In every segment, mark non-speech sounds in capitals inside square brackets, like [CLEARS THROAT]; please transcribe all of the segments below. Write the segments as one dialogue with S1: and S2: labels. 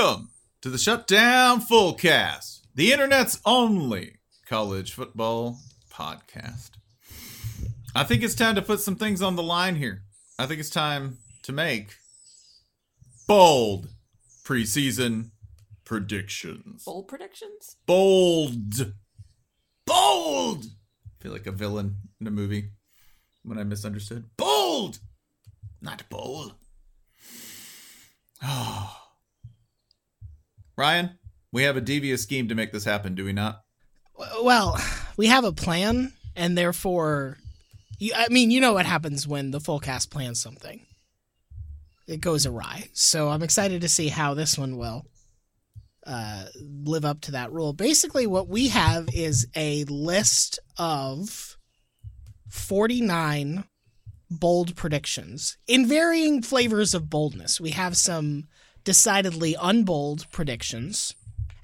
S1: to the Shutdown Fullcast, the internet's only college football podcast. I think it's time to put some things on the line here. I think it's time to make bold preseason predictions.
S2: Bold predictions?
S1: Bold. Bold. I feel like a villain in a movie when I misunderstood. Bold. Not bold. [SIGHS] Oh. Ryan, we have a devious scheme to make this happen, do we not?
S3: Well, we have a plan, and therefore, you, I mean, you know what happens when the full cast plans something. It goes awry. So I'm excited to see how this one will uh, live up to that rule. Basically, what we have is a list of 49 bold predictions in varying flavors of boldness. We have some decidedly unbold predictions,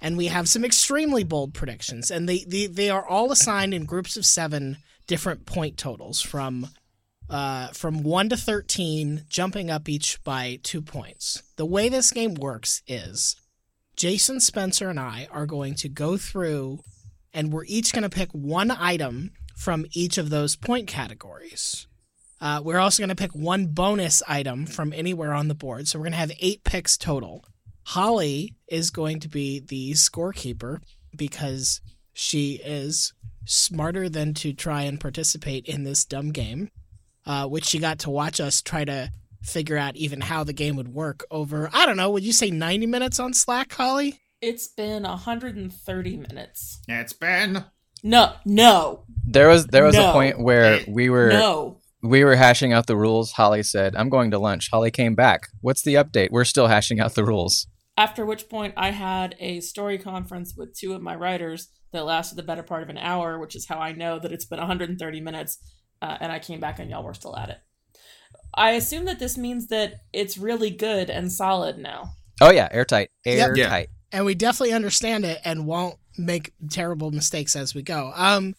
S3: and we have some extremely bold predictions. And they, they, they are all assigned in groups of seven different point totals from uh, from 1 to 13, jumping up each by two points. The way this game works is Jason Spencer and I are going to go through and we're each going to pick one item from each of those point categories. Uh, we're also going to pick one bonus item from anywhere on the board. So we're going to have eight picks total. Holly is going to be the scorekeeper because she is smarter than to try and participate in this dumb game, uh, which she got to watch us try to figure out even how the game would work over, I don't know, would you say 90 minutes on Slack, Holly?
S2: It's been 130 minutes.
S1: It's been.
S2: No, no,
S4: There was there was
S2: No.
S4: a point where
S2: [LAUGHS]
S4: we were
S2: no.
S4: we were hashing out the rules. Holly said, "I'm going to lunch." Holly came back. What's the update? We're still hashing out the rules.
S2: After which point, I had a story conference with two of my writers that lasted the better part of an hour, which is how I know that it's been 130 minutes. Uh, and I came back and y'all were still at it. I assume that this means that it's really good and solid now.
S4: Oh yeah, airtight,
S3: Yep.
S4: airtight.
S1: Yeah.
S3: and we definitely understand it and won't make terrible mistakes as we go. Um,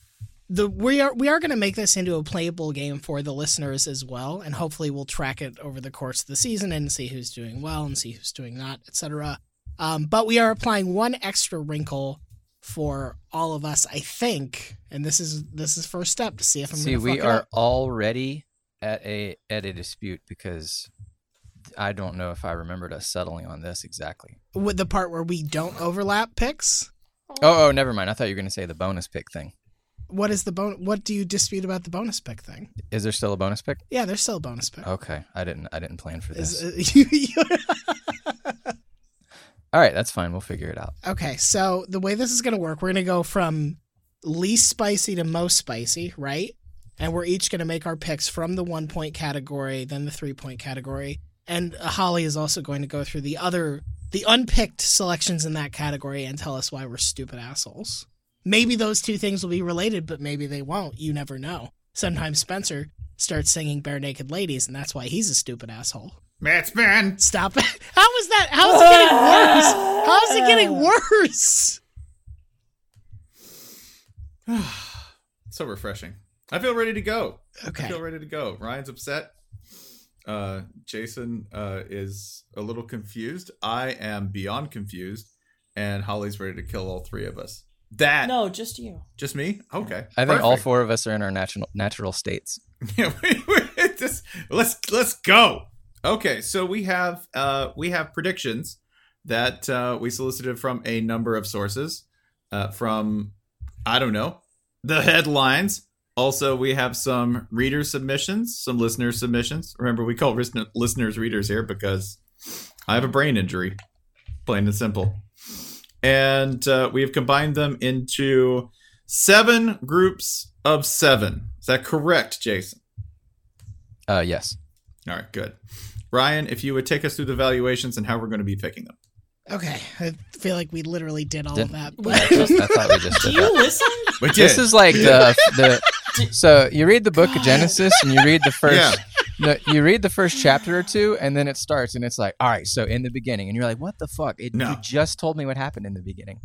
S3: the we are we are going to make this into a playable game for the listeners as well, and hopefully we'll track it over the course of the season and see who's doing well and see who's doing not, etc. Um, but we are applying one extra wrinkle for all of us, I think, and this is this is first step to see if I'm
S4: See,
S3: gonna fuck
S4: we
S3: it
S4: are
S3: up.
S4: already at a at a dispute because I don't know if I remembered us settling on this exactly.
S3: with the part where we don't overlap picks.
S4: Oh, oh, never mind. I thought you were going to say the bonus pick thing.
S3: What is the bon- What do you dispute about the bonus pick thing?
S4: Is there still a bonus pick?
S3: Yeah, there's still a bonus pick.
S4: Okay, I didn't I didn't plan for
S3: Is- uh, [LAUGHS]
S4: this.
S3: you- you-
S4: All right, that's fine. We'll figure it out.
S3: Okay, so the way this is going to work, we're going to go from least spicy to most spicy, right? And we're each going to make our picks from the one point category, then the three point category. And uh, Holly is also going to go through the other, the unpicked selections in that category and tell us why we're stupid assholes. Maybe those two things will be related, but maybe they won't. You never know. Sometimes Spencer starts singing Bare Naked Ladies, and that's why he's a stupid asshole.
S1: It's been.
S3: Stop it. How is that? How's it getting worse? How's it getting worse?
S1: so refreshing. I feel ready to go. I
S3: Okay.
S1: feel ready to go. Ryan's upset. Uh, Jason uh, is a little confused. I am beyond confused, and Holly's ready to kill all three of us.
S4: Uh,
S1: That
S2: No, just
S4: [LAUGHS]
S2: you.
S1: just me? Okay.
S4: I think all
S1: Perfect.
S4: four of us are in our natural natural states.
S1: [LAUGHS] Yeah, we, we just, let's let's go. Okay, so we have uh, we have predictions that uh, we solicited from a number of sources, uh, from I don't know the headlines. Also, we have some reader submissions, some listener submissions. Remember, we call ris- listeners readers here because I have a brain injury, plain and simple. And uh, we have combined them into seven groups of seven. Is that correct, Jason?
S4: Uh,
S2: [LAUGHS]
S4: yes.
S1: All right, good. Ryan, if you would take us through the valuations and how we're going to be picking
S4: [LAUGHS]
S1: them.
S3: Okay. I feel like we literally did all of that.
S4: I
S3: But
S4: just- I thought we just
S2: Do
S4: did
S2: you
S4: that.
S2: listen?
S1: We
S4: This is like the
S2: Did-
S4: the. So you read the book of Genesis and you read the first.
S1: Yeah.
S4: No, you read the first chapter or two and then it starts and it's like, all right, so in the beginning, and you're like, what the fuck? It,
S1: No.
S4: You just told me what happened in the beginning.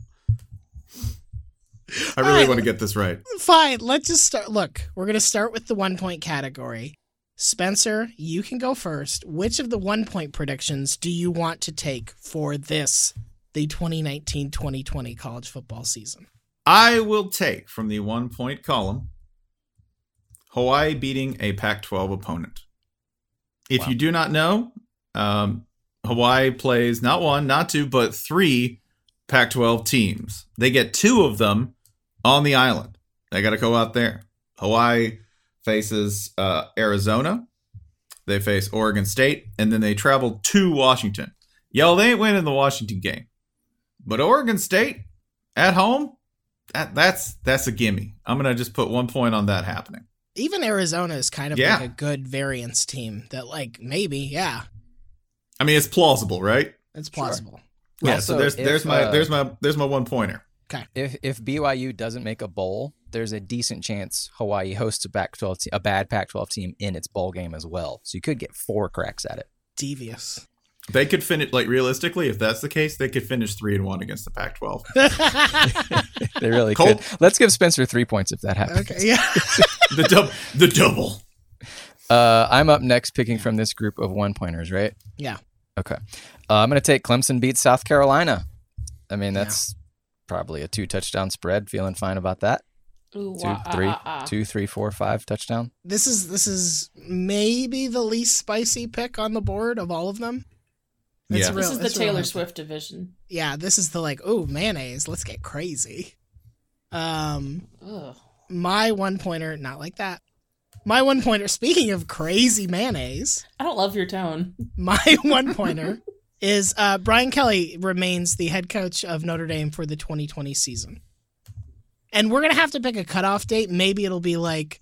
S1: I really want to get this right.
S3: [LAUGHS] fine. Let's just start. Look, we're going to start with the one point category. Spencer, you can go first. Which of the one point predictions do you want to take for this, the 2019-2020 college football season.
S1: I will take from the one point column Hawaii beating a Pac 12 opponent. If
S4: Wow.
S1: you do not know, um, Hawaii plays not one, not two, but three Pac 12 teams. They get two of them on the island. They got to go out there. Hawaii faces uh, Arizona, they face Oregon State, and then they travel to Washington. Yo, they ain't winning the Washington game. But Oregon State at home, that, that's that's a gimme. I'm gonna just put one point on that happening.
S3: Even Arizona is kind of
S1: Yeah.
S3: like a good variance team that like maybe, yeah,
S1: I mean, it's plausible, right?
S3: it's
S4: Sure.
S3: plausible.
S1: Yeah.
S4: Also,
S1: So there's
S4: if,
S1: there's my
S4: uh,
S1: there's my there's my one pointer.
S4: If if BYU doesn't make a bowl, there's a decent chance Hawaii hosts a Pac twelve te- a bad Pac twelve team in its bowl game as well. So you could get four cracks at it.
S1: [LAUGHS]
S3: Devious.
S1: They could finish like realistically, if that's the case, they could finish three and one against the Pac-12.
S4: They really
S1: Colt?
S4: could. Let's give Spencer three points if that happens.
S3: okay, [LAUGHS] yeah.
S1: [LAUGHS] the double, the double.
S4: Uh, I'm up next, picking from this group of one pointers, right?
S3: Yeah.
S4: Okay. Uh, I'm going to take Clemson beats South Carolina. I mean,
S3: Yeah.
S4: that's probably a two touchdown spread. Feeling fine about that.
S2: Ooh,
S4: Two,
S2: wah, ah,
S4: three,
S3: uh,
S2: ah, ah.
S4: Two, three, four, five touchdown.
S3: This is this is maybe the least spicy pick on the board of all of them.
S1: Yeah.
S2: This
S3: real-
S2: is the
S3: it's real
S2: Taylor
S3: hard.
S2: Swift division.
S3: Yeah, this is the like, oh mayonnaise, let's get crazy. Um
S2: Ugh.
S3: my one pointer, not like that. My one pointer, speaking of crazy mayonnaise,
S2: I don't love your tone.
S3: my [LAUGHS] one pointer is uh, Brian Kelly remains the head coach of Notre Dame for the 2020 season. And we're going to have to pick a cutoff date. Maybe it'll be like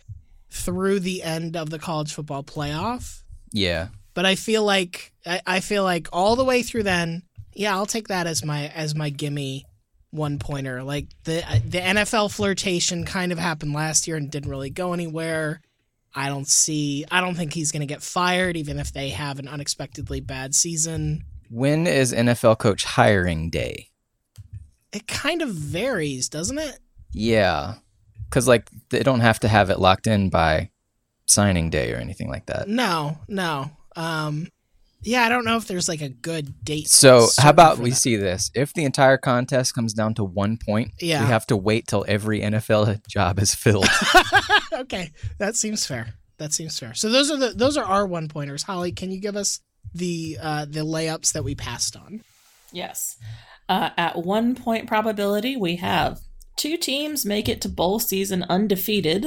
S3: through the end of the college football playoff.
S4: Yeah.
S3: But I feel like I, I feel like all the way through then, yeah, I'll take that as my as my gimme one pointer. Like the the NFL flirtation kind of happened last year and didn't really go anywhere. I don't see I don't think he's going to get fired even if they have an unexpectedly bad season.
S4: When is NFL coach hiring day?
S3: It kind of varies, doesn't it?
S4: Yeah. Because, like, they don't have to have it locked in by signing day or anything like that.
S3: No, no. Um yeah, I don't know if there's like a good date.
S4: So,
S3: certain
S4: how about
S3: for
S4: we
S3: that.
S4: see this? If the entire contest comes down to one point,
S3: Yeah.
S4: we have to wait till every NFL [LAUGHS] job is filled.
S3: [LAUGHS] okay, that seems fair. That seems fair. So those are the those are our one pointers. Holly, can you give us the uh, the layups that we passed on?
S2: Yes. Uh, at one point probability, we have two teams make it to bowl season undefeated.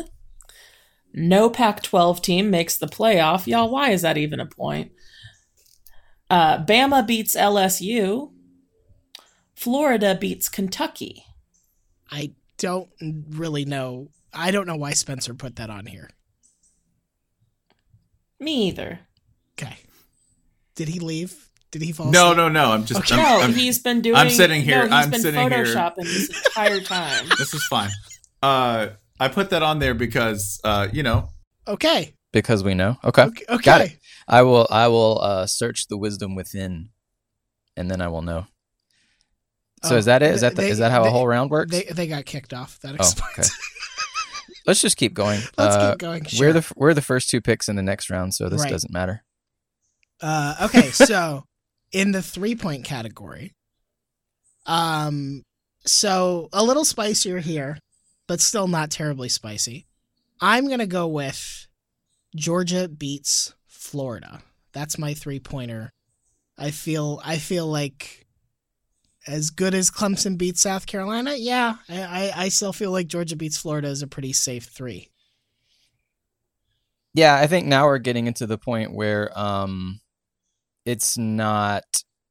S2: No Pac 12 team makes the playoff. Y'all, why is that even a point? Uh, Bama beats LSU. Florida beats Kentucky.
S3: I don't really know. I don't know why Spencer put that on here.
S2: Me either.
S3: Okay, did he leave? Did he fall?
S1: No,
S3: asleep?
S1: no, no. I'm just.
S3: Okay.
S1: I'm,
S2: no,
S1: I'm-
S2: he's been doing.
S1: I'm sitting here-
S2: No, he's
S1: I'm
S2: been
S1: sitting here.
S2: photoshopping this entire
S1: [LAUGHS]
S2: time.
S1: this is fine. Uh, I put that on there because uh, you know.
S3: Okay.
S4: because we know. Okay.
S3: Okay. okay.
S4: Got it. I will I will uh, search the wisdom within and then I will know. So
S3: Oh,
S4: is that it? Is
S3: they-
S4: that the, is
S3: they-
S4: that how
S3: they-
S4: a whole round works?
S3: They they got kicked off. That
S4: oh,
S3: explains.
S4: okay. Let's just keep going.
S3: [LAUGHS] Let's
S4: Uh,
S3: keep going.
S4: We're
S3: Sure.
S4: the f- we're the first two picks in the next round, so this
S3: Right.
S4: doesn't matter.
S3: Uh, okay, so in the three point category, um, so a little spicier here, but still not terribly spicy. I'm gonna go with Georgia beats Florida. That's my three pointer. I feel I feel like as good as Clemson beats South Carolina, yeah, I, I, I still feel like Georgia beats Florida is a pretty safe three.
S4: Yeah, I think now we're getting into the point where um, it's not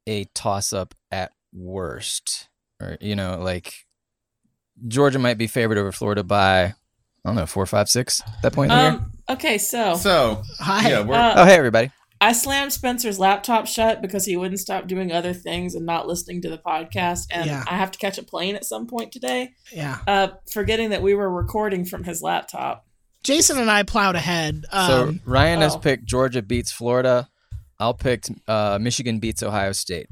S4: a toss up at worst, or you know, like Georgia might be favored over Florida by I don't know four, five, six at that point in the year.
S2: Um, okay, so.
S1: So
S3: Hi.
S1: yeah, we're
S2: uh,
S4: Oh, hey everybody!
S2: I slammed Spencer's laptop shut because he wouldn't stop doing other things and not listening to the podcast. And
S3: Yeah.
S2: I have to catch a plane at some point today,
S3: yeah.
S2: uh, forgetting that we were recording from his laptop.
S3: Jason and I plowed ahead. Um,
S4: so Ryan has
S2: oh.
S4: picked Georgia beats Florida. I'll pick uh, Michigan beats Ohio State.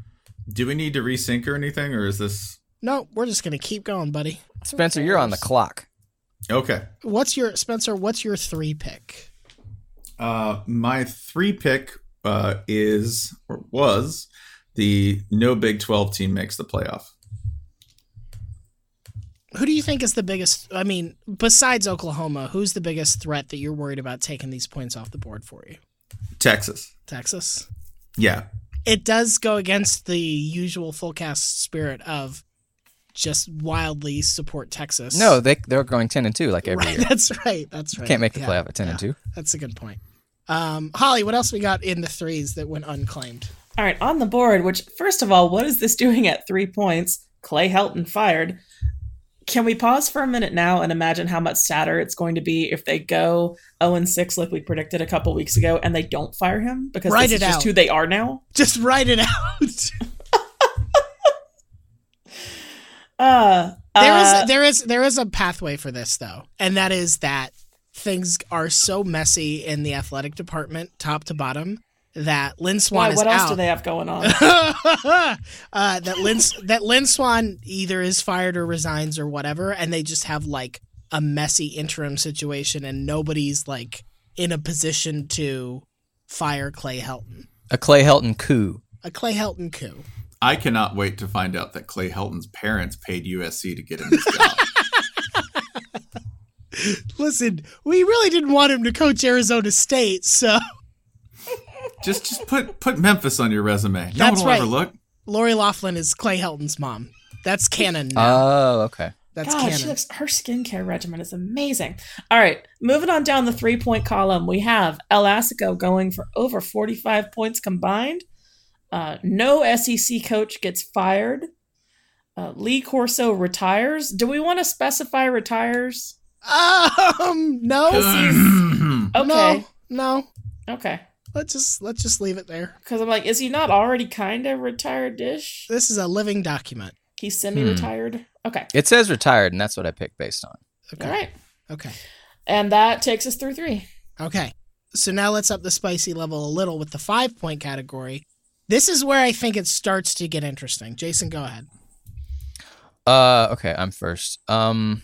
S1: do we need to resync or anything, or is this
S3: No, we're just gonna keep going, buddy.
S4: Spencer, you're on the clock.
S1: okay?
S3: What's your Spencer? What's your three pick?
S1: Uh, my three pick uh, is or was the no Big 12 team makes the playoff.
S3: Who do you think is the biggest? I mean, besides Oklahoma, who's the biggest threat that you're worried about taking these points off the board for you?
S1: Texas.
S3: Texas.
S1: Yeah.
S3: It does go against the usual full cast spirit of just wildly support Texas.
S4: No, they they're going ten and two like
S3: [LAUGHS]
S4: every
S3: right,
S4: year.
S3: that's right. That's right.
S4: Can't make the
S3: Yeah,
S4: playoff at ten and
S3: yeah.
S4: two.
S3: That's a good point. Um, Holly, what else we got in the threes that went unclaimed?
S2: All right, on the board, which, first of all, what is this doing at three points? Clay Helton fired. Can we pause for a minute now and imagine how much sadder it's going to be if they go 0 and 6 like we predicted a couple weeks ago and they don't fire him because this
S3: Write
S2: is
S3: it
S2: just
S3: out.
S2: who they are now?
S3: Just write it [LAUGHS] out.
S2: Uh,
S3: There is
S2: uh,
S3: there is there is a pathway for this though, and that is that things are so messy in the athletic department, top to bottom, that Lynn Swan
S2: why,
S3: is
S2: what else
S3: out.
S2: do they have going on?
S3: [LAUGHS] uh, that Lynn that Lynn Swan either is fired or resigns or whatever, and they just have like a messy interim situation, and nobody's like in a position to fire Clay Helton,
S4: A Clay Helton coup.
S3: a Clay Helton coup.
S1: I cannot wait to find out that Clay Helton's parents paid USC to get him this
S3: [LAUGHS]
S1: job.
S3: Listen, we really didn't want him to coach Arizona State, so
S1: just just put put Memphis on your resume. No
S3: That's
S1: one will
S3: right.
S1: ever look.
S3: Lori Laughlin is Clay Helton's mom. That's canon. Now.
S4: Oh, okay.
S3: That's
S2: God,
S3: canon.
S2: she looks her skincare regimen is amazing. All right, moving on down the three point column, we have Elasico going for over forty five points combined. Uh, no SEC coach gets fired. Uh, Lee Corso retires. Do we want to specify retires?
S3: um, no,
S2: Okay,
S3: no, no.
S2: okay.
S3: Let's just let's just leave it there.
S2: Because I'm like, is he not already kind of retired? Ish.
S3: This is a living document.
S2: He's semi retired. Okay.
S4: It says retired, and that's what I picked based on.
S3: Hmm. Okay.
S2: All right.
S3: Okay.
S2: And that takes us through three.
S3: Okay. So now let's up the spicy level a little with the five point category. This is where I think it starts to get interesting. Jason, go ahead.
S4: Uh, okay, I'm first. Um,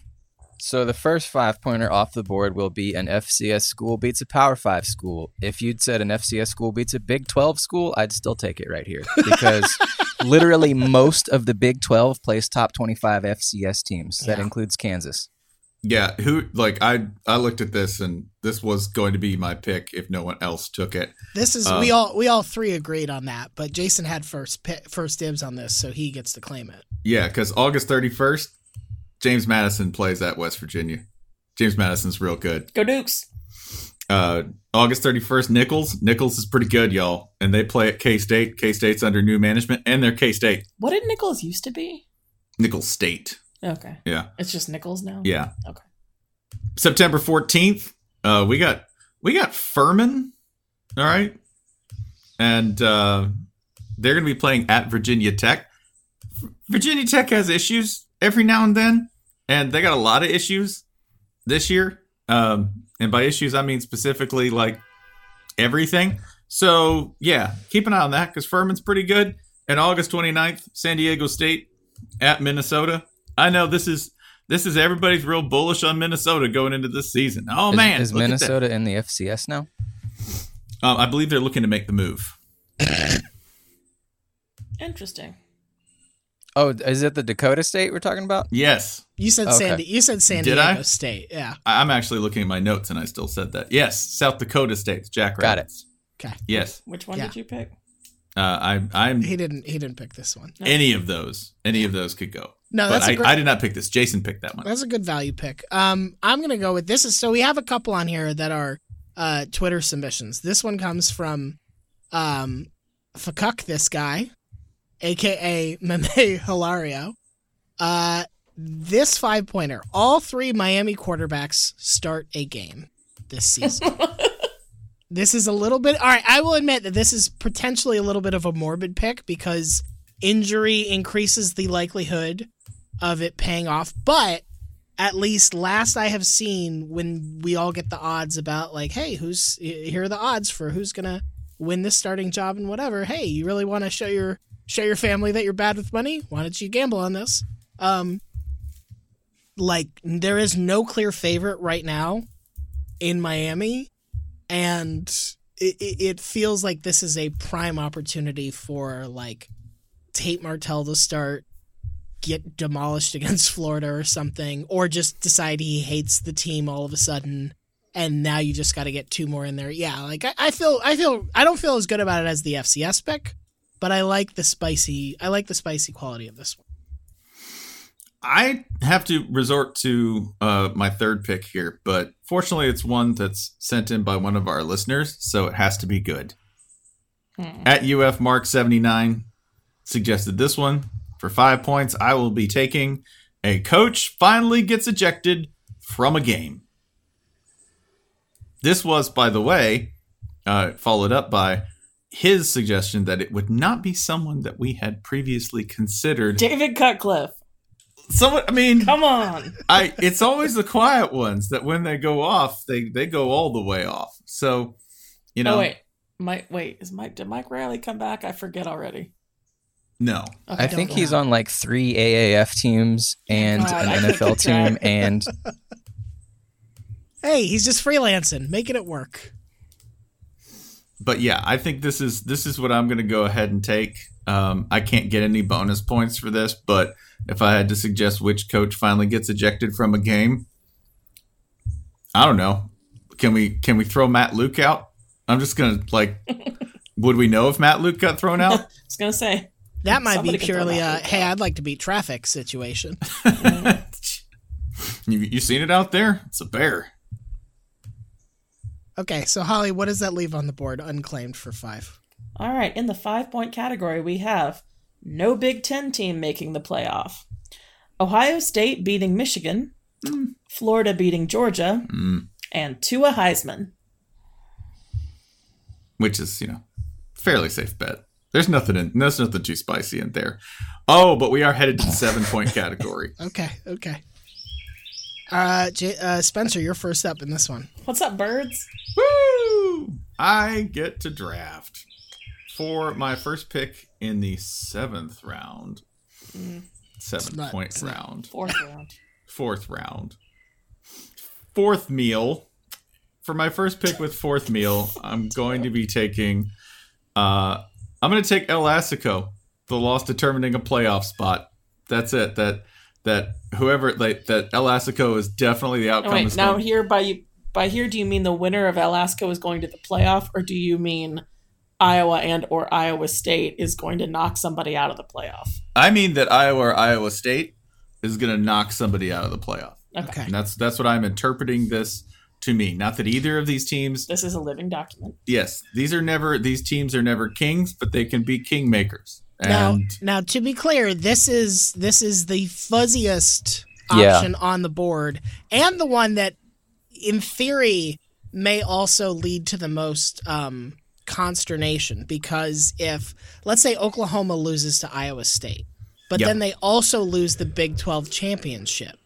S4: so the first five pointer off the board will be an FCS school beats a Power Five school. If you'd said an FCS school beats a Big Twelve school, I'd still take it right here because literally most of the Big Twelve plays top twenty-five FCS teams. That
S3: Yeah.
S4: includes Kansas.
S1: [CLEARS THROAT] Yeah, who like I I looked at this and this was going to be my pick if no one else took it.
S3: This is
S1: Uh.
S3: we all we all three agreed on that, but Jason had first pi first dibs on this, so he gets to claim it.
S1: Yeah, because August thirty first, James Madison plays at West Virginia. James Madison's real good.
S2: Go Dukes.
S1: uh, August 31st, Nichols. Nichols is pretty good, y'all. And they play at K State. K State's under new management, and they're K State.
S2: What did Nichols used to be?
S1: Nichols State.
S2: Okay.
S1: Yeah.
S2: It's just Nichols now.
S1: Yeah.
S2: Okay.
S1: September 14th, uh, we got we got Furman. All right. And uh, they're going to be playing at Virginia Tech. Virginia Tech has issues every now and then, and they got a lot of issues this year. Um, and by issues, I mean specifically like everything. So, yeah, keep an eye on that because Furman's pretty good. And August 29th, San Diego State at Minnesota. I know this is this is everybody's real bullish on Minnesota going into this season. Oh
S4: Is-
S1: man,
S4: is
S1: look at that.
S4: Minnesota in the FCS now?
S1: Um, I believe they're looking to make the move.
S2: Interesting.
S4: Oh, is it the Dakota State we're talking about?
S1: Yes,
S3: You said San
S4: Okay.
S3: you said San
S1: Did
S3: Diego
S1: I?
S3: State. Yeah.
S1: I- I'm actually looking at my notes and I still said that. Yes, South Dakota State
S4: Got
S1: Jackrabbits.
S3: Okay.
S1: Yes,
S2: Which one
S3: Yeah.
S2: did you pick?
S1: uh, I, I'm
S3: He didn't he didn't pick this one.
S1: any of those. Any of those could go.
S3: No,
S1: but
S3: Oh, that's a
S1: I,
S3: great
S1: I did not pick this. Jason picked that one.
S3: That's a good value pick. Um, I'm gonna go with this. Is so we have a couple on here that are uh, Twitter submissions. This one comes from um, Fakuk, this guy, aka Meme [LAUGHS] Hilario. Uh, this five pointer. All three Miami quarterbacks start a game this season. this is a little bit. All right, I will admit that this is potentially a little bit of a morbid pick because injury increases the likelihood of it paying off, but at least last I have seen when we all get the odds about like, hey, who's here are the odds for who's gonna win this starting job and whatever. Hey, you really want to show your show your family that you're bad with money? Why don't you gamble on this? Um, like there is no clear favorite right now in Miami, and it, it feels like this is a prime opportunity for like Tate Martell to start, get demolished [LAUGHS] against Florida or something, or just decide he hates the team all of a sudden, and now you just got to get two more in there. Yeah, like I, I feel, I feel, I don't feel as good about it as the FCS pick, but I like the spicy, I like the spicy quality of this one.
S1: I have to resort to uh, my third pick here, but fortunately, it's one that's sent in by one of our listeners, so it has to be good.
S2: Hmm.
S1: At UF Mark 79 suggested this one. For five points, I will be taking a coach finally gets ejected from a game. This was, by the way, uh, followed up by his suggestion that it would not be someone that we had previously considered.
S2: David Cutcliffe.
S1: Someone, I mean,
S2: Come
S4: [LAUGHS]
S2: on.
S1: I it's always the quiet ones that when they go off, they they go all the way off. So, you know,
S2: Oh wait, Mike. Wait, is Mike? Did Mike Riley come back? I forget already.
S1: no.
S2: Okay.
S4: I
S3: don't
S4: think
S3: know.
S4: he's on like three AAF teams and
S2: God, I
S4: an
S2: couldn't
S4: NFL team,
S2: track.
S4: and
S3: Hey, he's just freelancing, making it work.
S1: But yeah, I think this is this is what I'm going to go ahead and take. Um, I can't get any bonus points for this, but if I had to suggest which coach finally gets ejected from a game, I don't know. Can we can we throw Matt Luke out? I'm just gonna
S2: [LAUGHS]
S1: like. would we know if Matt Luke got thrown out? [LAUGHS]
S2: I was gonna say.
S3: That might
S2: Somebody
S3: be
S2: can throw
S3: purely a
S2: that out.
S3: hey, I'd like to beat
S2: [LAUGHS]
S3: traffic situation.
S1: you, you seen it out there? It's a bear.
S3: Okay, so Holly, what does that leave on the board unclaimed for five?
S2: All right, in the five point category, we have no Big Ten team making the playoff, Ohio State beating Michigan,
S4: Hmm.
S2: Florida beating Georgia, and Tua Heisman.
S1: which is you know fairly safe bet. There's nothing in there's nothing too spicy in there. Oh, but we are headed to the seven point category.
S3: Okay, okay. Uh, J- uh, Spencer, you're first up in this one.
S2: What's up, birds?
S1: Woo! I get to draft for my first pick in the seventh round, seven
S3: not-
S1: point
S3: it's not-
S1: round,
S2: Fourth round.
S1: fourth round, fourth meal. For my first pick with fourth meal, I'm going to be taking. Uh, I'm going to take Elasico, the loss determining a playoff spot. That's it. That that whoever like that Elasico is definitely the
S2: Oh,
S1: outcome.
S2: wait,
S1: is
S2: now
S1: going-
S2: here by you by here, do you mean the winner of Alaska is going to the playoff, or do you mean Iowa and or Iowa State is going to knock somebody out of the playoff?
S1: I mean that Iowa or Iowa State is going to knock somebody out of the playoff.
S3: Okay.
S1: And that's that's what I'm interpreting this to mean. Not that either of these teams
S2: This is a living document.
S1: yes, these are never these teams are never kings, but they can be kingmakers.
S3: Now,
S1: And
S3: now to be clear, this is this is the fuzziest
S4: Yeah.
S3: option on the board, and the one that, in theory, may also lead to the most um, consternation because if let's say Oklahoma loses to Iowa State, but
S1: Yep.
S3: then they also lose the Big Twelve championship.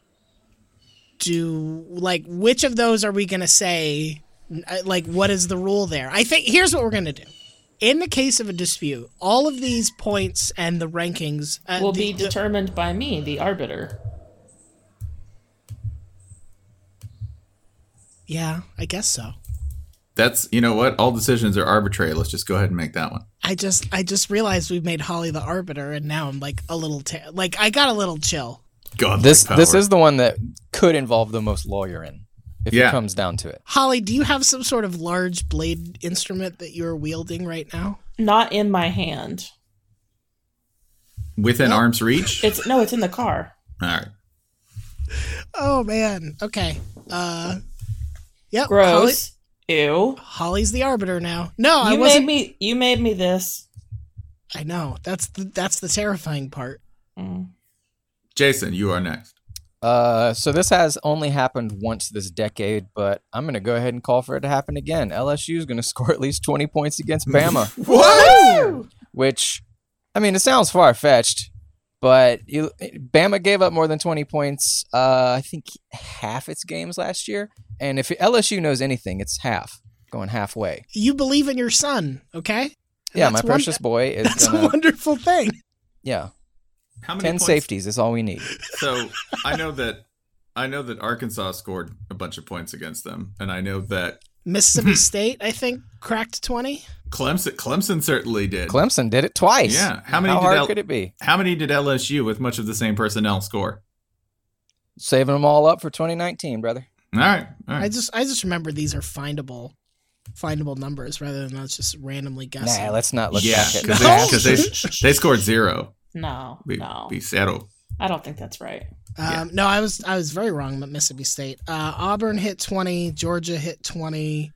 S3: Do like which of those are we going to say? uh, Like, what is the rule there? I think here's what we're going to do. In the case of a dispute, all of these points and the rankings uh,
S2: Will be
S3: the- the-
S2: determined by me, the arbiter.
S3: yeah, I guess so.
S1: that's you know what? All decisions are arbitrary. Let's just go ahead and make that one.
S3: I just I just realized we've made Holly the arbiter, and now I'm like a little ta- like I got a little chill.
S1: God
S4: this this is the one that could involve the most lawyering if
S1: Yeah.
S4: it comes down to it.
S3: Holly, do you have some sort of large blade instrument that you're wielding right now?
S2: Not in my hand.
S1: within arm's
S4: [LAUGHS]
S1: reach.
S2: It's no, it's in the car.
S1: All right.
S3: Oh man. Okay. Uh. Yep. Holly,
S2: Gross. Ew.
S3: Holly's the arbiter now. No, Oh, I
S2: you made
S3: wasn't.
S2: me. You made me this.
S3: I know. That's the that's the terrifying part.
S2: Mm.
S1: Jason, you are next.
S4: Uh, so this has only happened once this decade, but I'm gonna go ahead and call for it to happen again. LSU is gonna [LAUGHS] score at least 20 points against Bama.
S1: [LAUGHS] What?
S4: which I mean, it sounds far fetched, but you, Bama gave up more than 20 points, uh, I think half its games last year. And if LSU knows anything, it's half, going halfway.
S3: You believe in your son, okay? And
S4: yeah, my
S3: that's one-
S4: precious boy
S3: [LAUGHS]
S4: is
S3: That's
S4: gonna.
S3: a wonderful thing.
S4: Yeah,
S1: How
S4: 10
S1: points- Uh,
S4: safeties is all we need.
S1: So I know that I know that Arkansas scored a bunch of points against them, and I know that
S2: [LAUGHS]
S3: Mississippi State, I think, cracked 20.
S1: Clemson, Clemson certainly did.
S4: Clemson did it twice.
S1: Yeah. How many
S4: How
S1: did
S4: hard
S1: L-
S4: could it be?
S1: How many did LSU with much of the same personnel score?
S4: Saving them all up for 2019, brother.
S1: All right. All
S3: I
S1: right.
S3: just I just remember these are findable findable numbers rather than us just randomly guessing.
S4: Nah, let's not look
S1: yeah,
S4: back at
S1: because
S3: [LAUGHS] No.
S1: they, 'cause
S3: [LAUGHS]
S1: they, they scored zero.
S2: No,
S1: We,
S2: no,
S1: we settled.
S2: I don't think that's right.
S1: yeah.
S3: um, no, I was I was very wrong about Mississippi State. Uh, Auburn hit 20, Georgia hit 20,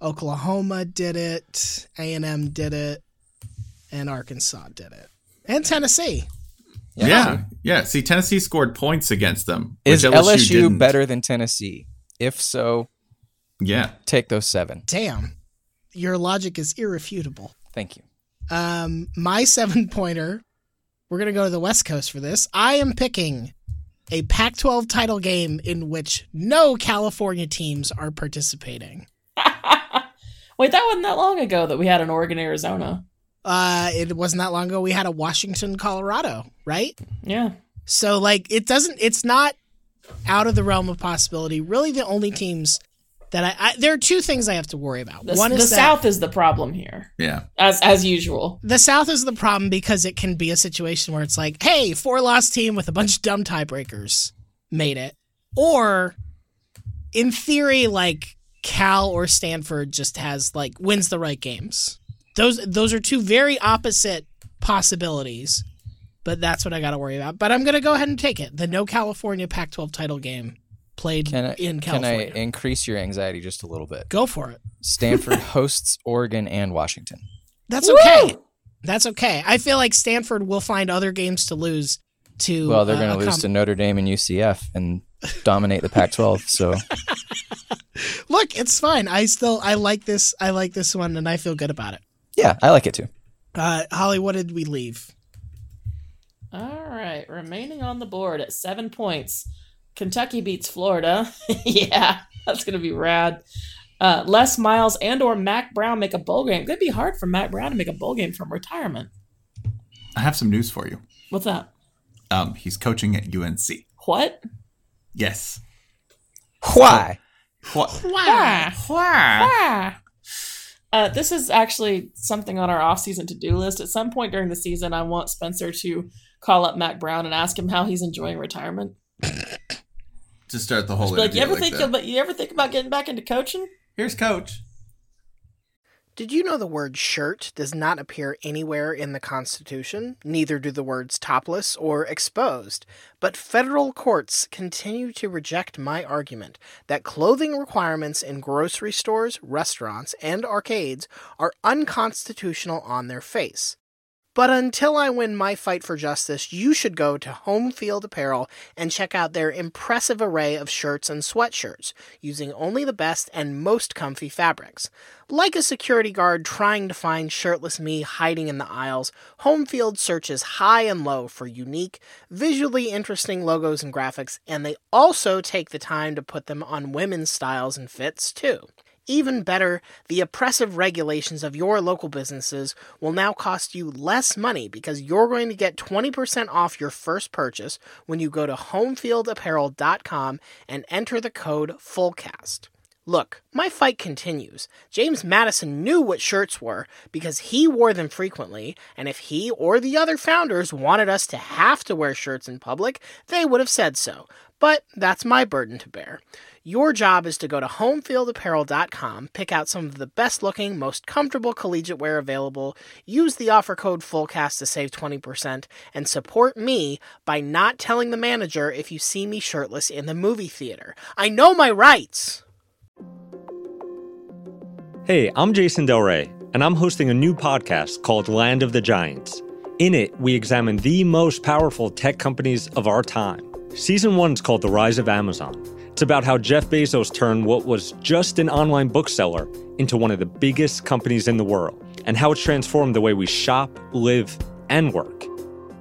S3: Oklahoma did it, A&M did it, and Arkansas did it. And Tennessee.
S1: Yeah. yeah, See, Tennessee scored points against them. which
S4: Is LSU,
S1: LSU, didn't.
S4: better than Tennessee? If so,
S1: Yeah.
S4: take those seven.
S3: Damn. Your logic is irrefutable.
S4: Thank you.
S3: Um, my seven pointer. We're gonna go to the West Coast for this. I am picking a Pac-12 title game in which no California teams are participating.
S2: Wait, that wasn't that long ago that we had an Oregon Arizona.
S3: Uh, it wasn't that long ago we had a Washington, Colorado, right?
S2: Yeah,
S3: So like, it doesn't. It's not out of the realm of possibility. Really, the only teams that I, I there are two things I have to worry about.
S2: the,
S3: One
S2: the
S3: is that-
S2: South is the problem here,
S1: Yeah.
S2: as as usual.
S3: the South is the problem because it can be a situation where it's like, hey, four loss team with a bunch of dumb tiebreakers made it. Or in theory, like Cal or Stanford just has like wins the right games. Those those are two very opposite possibilities. But that's what I gotta worry about. But I'm gonna go ahead and take it. The no California Pac twelve title game played
S4: Can I,
S3: in
S4: can I
S3: California.
S4: increase your anxiety just a little bit?
S3: go for it.
S4: Stanford [LAUGHS] hosts Oregon and Washington.
S3: That's
S2: Woo!
S3: okay. That's okay. I feel like Stanford will find other games to lose to
S4: Well, they're
S3: uh,
S4: going to lose
S3: accom-
S4: to Notre Dame and UCF and dominate the Pac-12. So
S3: Look, it's fine. I still I like this. I like this one, and I feel good about it.
S4: yeah, I like it too.
S3: Uh, Holly, what did we leave?
S2: All right, remaining on the board at seven points. Kentucky beats Florida. [LAUGHS] yeah, that's gonna be rad. Uh, Les Miles and or Mac Brown make a bowl game. Gonna be hard for Mac Brown to make a bowl game from retirement.
S1: I have some news for you.
S2: What's that?
S1: Um, he's coaching at UNC.
S2: What?
S1: Yes.
S4: Why?
S1: What?
S2: Ah.
S1: Why?
S2: Ah. Uh, this is actually something on our off-season to-do list. At some point during the season, I want Spencer to call up Mac Brown and ask him how he's enjoying retirement.
S1: To start the whole
S2: Like,
S1: interview
S2: you ever
S1: like
S2: think
S1: that.
S2: about you ever think about getting back into coaching?
S1: Here's coach.
S3: Did you know the word shirt does not appear anywhere in the Constitution? Neither do the words topless or exposed. But federal courts continue to reject my argument that clothing requirements in grocery stores, restaurants, and arcades are unconstitutional on their face. But until I win my fight for justice, you should go to Home Field Apparel and check out their impressive array of shirts and sweatshirts, using only the best and most comfy fabrics. Like a security guard trying to find shirtless me hiding in the aisles, Home Field searches high and low for unique, visually interesting logos and graphics, and they also take the time to put them on women's styles and fits, too. Even better, the oppressive regulations of your local businesses will now cost you less money because you're going to get 20% off your first purchase when you go to homefieldapparel.com and enter the code FULLCAST. Look, my fight continues. James Madison knew what shirts were because he wore them frequently, and if he or the other founders wanted us to have to wear shirts in public, they would have said so. But that's my burden to bear. Your job is to go to homefieldapparel.com, pick out some of the best looking, most comfortable collegiate wear available, use the offer code FULLCAST to save 20%, and support me by not telling the manager if you see me shirtless in the movie theater. I know my rights!
S5: Hey, I'm Jason Del Rey, and I'm hosting a new podcast called Land of the Giants. In it, we examine the most powerful tech companies of our time. Season one is called The Rise of Amazon. It's about how Jeff Bezos turned what was just an online bookseller into one of the biggest companies in the world, and how it's transformed the way we shop, live, and work.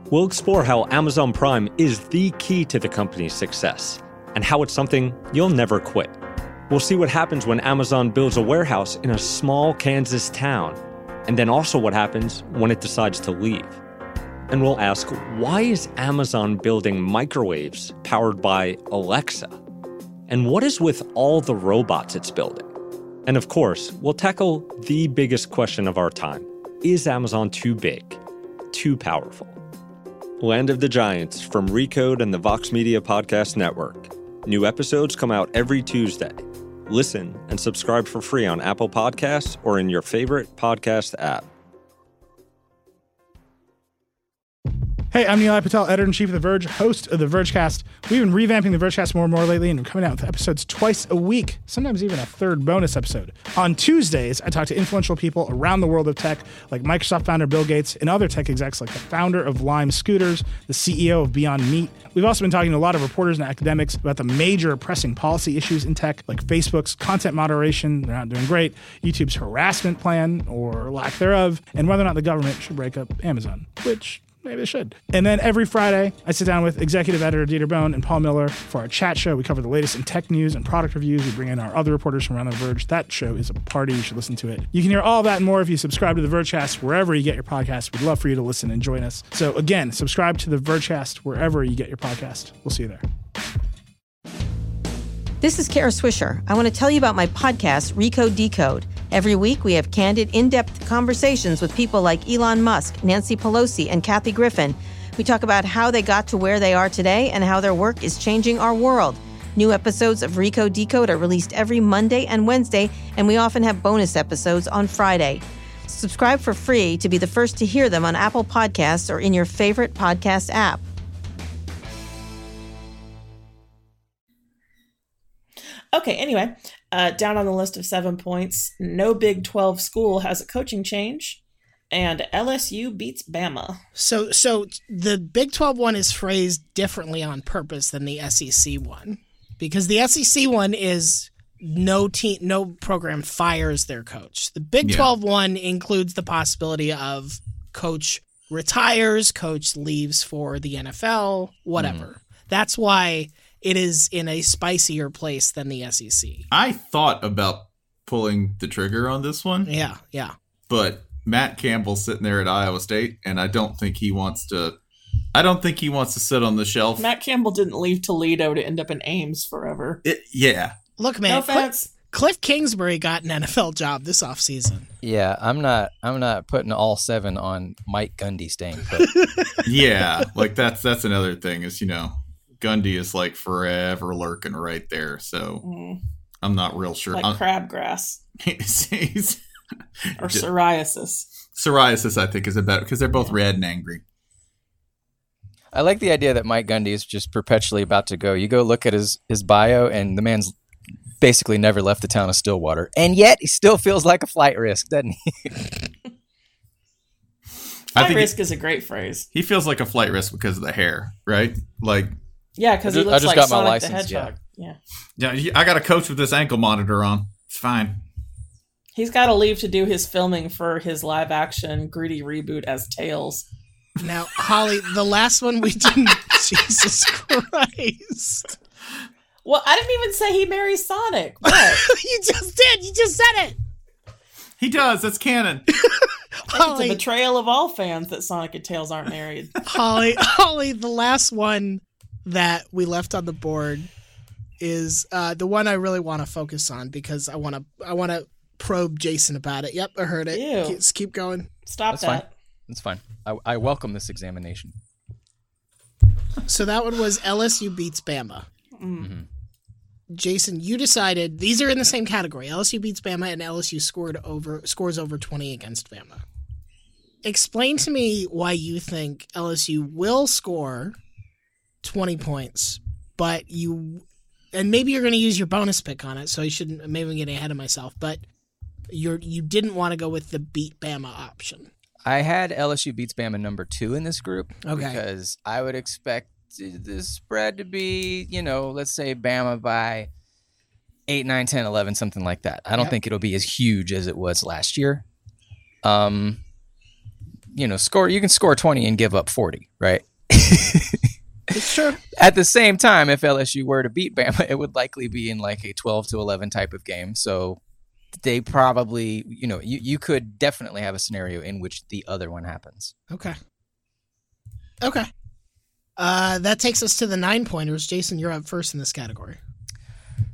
S5: We'll explore how Amazon Prime is the key to the company's success, and how it's something you'll never quit. We'll see what happens when Amazon builds a warehouse in a small Kansas town, and then also what happens when it decides to leave. And we'll ask why is Amazon building microwaves powered by Alexa? And what is with all the robots it's building? And of course, we'll tackle the biggest question of our time Is Amazon too big? Too powerful? Land of the Giants from Recode and the Vox Media Podcast Network. New episodes come out every Tuesday. Listen and subscribe for free on Apple Podcasts or in your favorite podcast app.
S6: Hey, I'm Neil Patel, editor in chief of The Verge, host of The Vergecast. We've been revamping The Vergecast more and more lately, and we're coming out with episodes twice a week, sometimes even a third bonus episode. On Tuesdays, I talk to influential people around the world of tech, like Microsoft founder Bill Gates and other tech execs, like the founder of Lime Scooters, the CEO of Beyond Meat. We've also been talking to a lot of reporters and academics about the major pressing policy issues in tech, like Facebook's content moderation, they're not doing great, YouTube's harassment plan or lack thereof, and whether or not the government should break up Amazon, which maybe they should. And then every Friday, I sit down with executive editor Dieter Bone and Paul Miller for our chat show. We cover the latest in tech news and product reviews. We bring in our other reporters from around the Verge. That show is a party. You should listen to it. You can hear all that and more if you subscribe to the Vergecast wherever you get your podcast. We'd love for you to listen and join us. So again, subscribe to the Vergecast wherever you get your podcast. We'll see you there.
S7: This is Kara Swisher. I want to tell you about my podcast, Recode Decode. Every week, we have candid, in depth conversations with people like Elon Musk, Nancy Pelosi, and Kathy Griffin. We talk about how they got to where they are today and how their work is changing our world. New episodes of Recode Decode are released every Monday and Wednesday, and we often have bonus episodes on Friday. Subscribe for free to be the first to hear them on Apple Podcasts or in your favorite podcast app.
S2: Okay, anyway, uh, down on the list of seven points, no Big 12 school has a coaching change, and LSU beats Bama.
S3: So, so the Big 12 one is phrased differently on purpose than the SEC one because the SEC one is no team, no program fires their coach. The Big
S1: Yeah.
S3: 12 one includes the possibility of coach retires, coach leaves for the NFL, whatever. That's why it is in a spicier place than the E SEC.
S1: I thought about pulling the trigger on this one,
S3: Yeah, yeah.
S1: but Matt Campbell's sitting there at Iowa State, and I don't think he wants to. I don't think he wants to sit on the shelf.
S2: Matt Campbell didn't leave Toledo to end up in Ames forever.
S1: It- yeah,
S3: Look,
S2: no
S3: man, Cliff,
S2: offense.
S3: Cliff Kingsbury got an NFL job this offseason.
S4: Yeah, I'm not. I'm not putting all seven on Mike Gundy staying. But
S1: yeah. like that's that's another thing is you know Gundy is like forever lurking right there, so
S2: Mm,
S1: I'm not real sure.
S2: like
S1: I'm-
S4: Uh-huh.
S2: crabgrass
S1: [LAUGHS] he's- he's-
S2: or
S1: Ju-
S2: psoriasis.
S1: psoriasis, I think, is a better because they're both red and angry.
S4: I like the idea that Mike Gundy is just perpetually about to go. You go look at his his bio, and the man's basically never left the town of Stillwater, and yet he still feels like a flight risk, doesn't he?
S1: I
S2: High
S1: think
S2: risk is a great phrase.
S1: he feels like a flight risk because of the hair, right? Like,
S2: Yeah, because
S4: I
S2: he
S4: ju- I
S2: looks
S4: just
S2: like
S4: got my
S2: Sonic the
S4: license, yeah.
S2: Hedgehog. Yeah.
S1: yeah, he- I got a coach with this ankle monitor on. It's fine.
S2: He's got to leave to do his filming for his live action greedy reboot as Tails.
S3: Now, Holly, the last one
S2: [LAUGHS]
S3: we didn't. Jesus Christ.
S2: Well, I didn't even say he marries Sonic. What?
S3: [LAUGHS] you just did. You just said it.
S1: He does. That's canon.
S2: it's a
S3: Holly,
S2: betrayal of all fans that Sonic and Tails aren't married. [LAUGHS]
S3: Holly, Holly, the last one that we left on the board is uh, the one I really want to focus on because I want to I want to probe Jason about it. Yep, I heard it.
S2: Ew.
S3: Keep- Just keep going.
S2: Stop
S4: That's
S2: that.
S4: That's fine. I, I welcome this examination.
S3: So that one was LSU beats Bama. Mm-hmm. Jason, you decided these are in the same category. LSU beats Bama and LSU scored over scores over 20 against Bama. Explain to me why you think LSU will score 20 points, but you and maybe you're going to use your bonus pick on it, so I shouldn't maybe I'm getting ahead of myself, but you're you didn't want to go with the beat Bama option.
S4: I had LSU beats Bama number two in this group
S3: Okay.
S4: because I would expect the spread to be, you know, let's say Bama by 8, 9, 10, 11, something like that. I don't
S3: Yep.
S4: think it'll be as huge as it was last year. Um, you know, score you can score 20 and give up 40, right? [LAUGHS]
S3: It's true.
S4: At the same time, if LSU were to beat Bama, it would likely be in like a 12 to 11 type of game. So they probably, you know, you, you could definitely have a scenario in which the other one happens.
S3: Okay. Okay. Uh, that takes us to the nine pointers. Jason, you're up first in this category.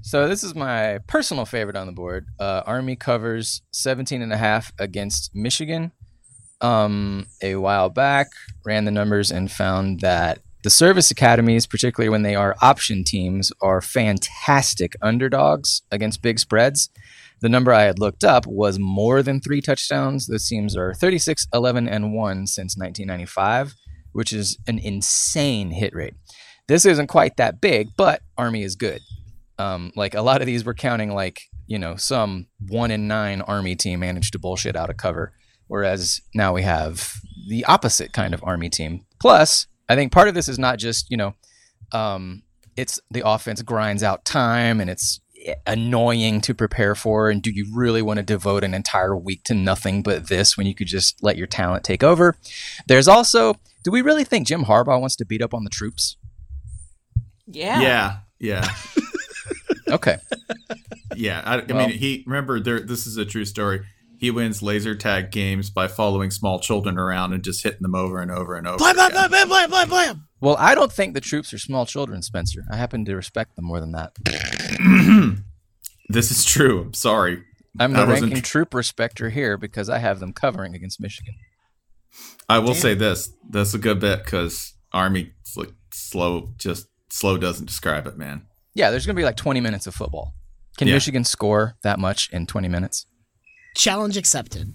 S4: So this is my personal favorite on the board. Uh, Army covers 17 and a half against Michigan. Um, a while back, ran the numbers and found that the service academies, particularly when they are option teams, are fantastic underdogs against big spreads. The number I had looked up was more than three touchdowns. Those teams are 36, 11, and 1 since 1995, which is an insane hit rate. This isn't quite that big, but Army is good. Um, like a lot of these were counting like, you know, some one in nine Army team managed to bullshit out a cover. Whereas now we have the opposite kind of Army team. Plus, I think part of this is not just, you know, um, it's the offense grinds out time and it's annoying to prepare for and do you really want to devote an entire week to nothing but this when you could just let your talent take over there's also do we really think jim harbaugh wants to beat up on the troops
S2: [LAUGHS] Yeah.
S1: Yeah, yeah,
S4: okay
S1: yeah. I, I
S4: Well-
S1: mean, he remember there. This is a true story. He wins laser tag games by following small children around and just hitting them over and over and over.
S3: Blam, blam,
S1: again.
S3: blam, blam, blam, blam, blam.
S4: well i don't think the troops are small children spencer i happen to respect them more than that
S1: This is true. I'm sorry.
S4: i'm
S1: I
S4: the
S1: wasn't-
S4: ranking troop respecter here because i have them covering against michigan
S1: I will say this. That's a good bit because Army s- like slow. Just slow doesn't describe it, man.
S4: yeah there's going to be like 20 minutes of football can
S1: Yeah.
S4: michigan score that much in 20 minutes
S3: Challenge accepted.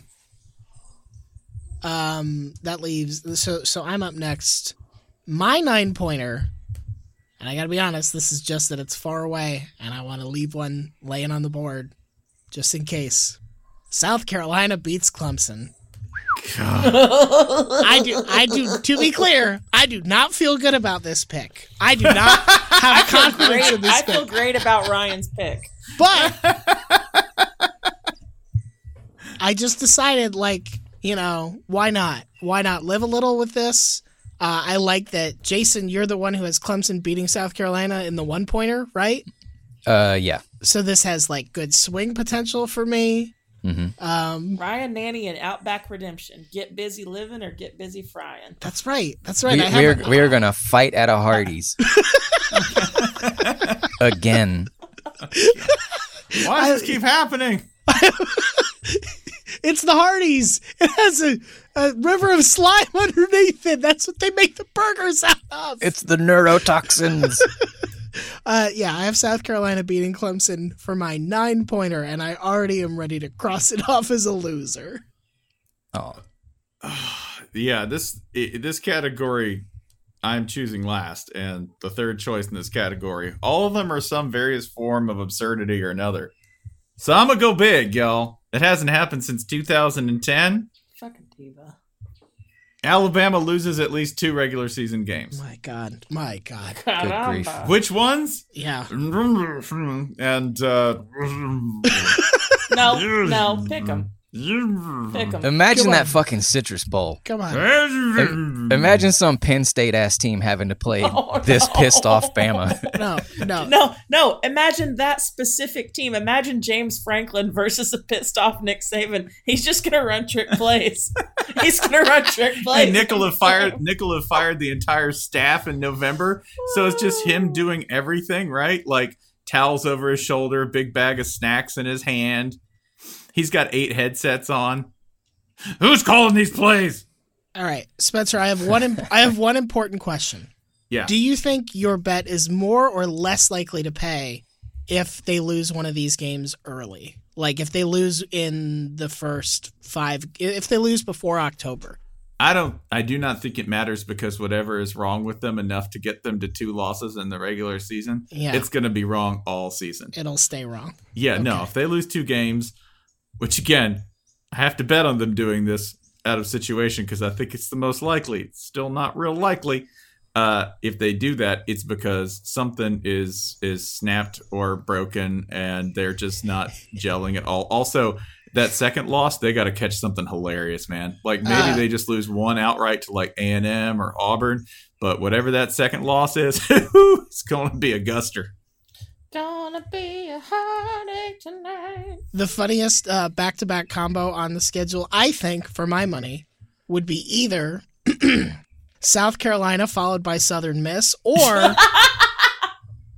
S3: Um, that leaves so so I'm up next. My nine pointer, and I gotta be honest, this is just that it's far away, and I want to leave one laying on the board, just in case. South Carolina beats Clemson. I do. I do. To be clear, I do not feel good about this pick. I do not have confidence
S2: Great.
S3: in this
S2: I
S3: pick.
S2: feel great about Ryan's pick.
S3: But I just decided, like, you know, why not? Why not live a little with this? Uh, I like that, Jason. You're the one who has Clemson beating South Carolina in the one pointer, right?
S4: uh yeah
S3: So this has like good swing potential for me.
S4: mm-hmm.
S3: Um,
S2: [LAUGHS] Ryan Nanny and Outback Redemption. Get busy living or get busy frying.
S3: that's right. That's right.
S4: we,
S3: I have
S4: we are
S3: a-
S4: we are gonna fight at
S3: [LAUGHS]
S4: a Hardee's again.
S1: Why does this keep happening?
S3: it's the Hardee's. It has a, a river of slime [LAUGHS] underneath it. That's what they make the burgers out of.
S4: It's the neurotoxins.
S3: Uh, yeah, I have South Carolina beating Clemson for my nine pointer, and I already am ready to cross it [LAUGHS] off as a loser.
S4: [LAUGHS] oh,
S1: [SIGHS] yeah this i- this category i'm choosing last and the third choice in this category all of them are some various form of absurdity or another so i'm gonna go big y'all that hasn't happened since 2010
S2: Fucking diva.
S1: alabama loses at least two regular season games
S3: My God, my God.
S4: Good grief.
S2: Caramba.
S1: which ones
S3: Yeah,
S1: and uh [LAUGHS]
S2: No, no, pick him. Pick him.
S4: imagine
S3: Come
S4: that
S3: on.
S4: fucking citrus bowl.
S3: come on.
S1: Im-
S4: Imagine some Penn State ass team having to
S3: [LAUGHS]
S4: play
S2: Oh,
S4: this
S2: no.
S4: pissed off Bama.
S3: No, [LAUGHS] no.
S2: No, no. Imagine that specific team. Imagine James Franklin versus a pissed off Nick Saban. He's just gonna run trick [LAUGHS] plays. He's gonna run trick plays.
S1: Hey, Nicola fired Nicola fired the entire staff in November. So it's just him doing everything, right? Like towels over his shoulder, big bag of snacks in his hand. He's got eight headsets on. Who's calling these plays?
S3: All right, Spencer, I have one. Im- I have one important question.
S1: Yeah.
S3: Do you think your bet is more or less likely to pay if they lose one of these games early? Like if they lose in the first five, if they lose before October.
S1: I don't I do not think it matters because whatever is wrong with them enough to get them to two losses in the regular season,
S3: Yeah.
S1: it's gonna be wrong all season.
S3: It'll stay wrong.
S1: Yeah, no, if they lose two games, which again, I have to bet on them doing this out of situation because I think it's the most likely. It's still not real likely. Uh, if they do that, it's because something is is snapped or broken, and they're just not gelling at all. Also, that second loss, they got to catch something hilarious, man. Like maybe
S3: Ah.
S1: they just lose one outright to like A and M or Auburn, but whatever that second loss is, [LAUGHS] it's going to be a guster.
S2: [LAUGHS] Gonna be a heartache tonight.
S3: The funniest uh, back-to-back combo on the schedule, I think, for my money, would be either [CLEARS THROAT]
S2: [LAUGHS]
S3: South Carolina followed by Southern Miss or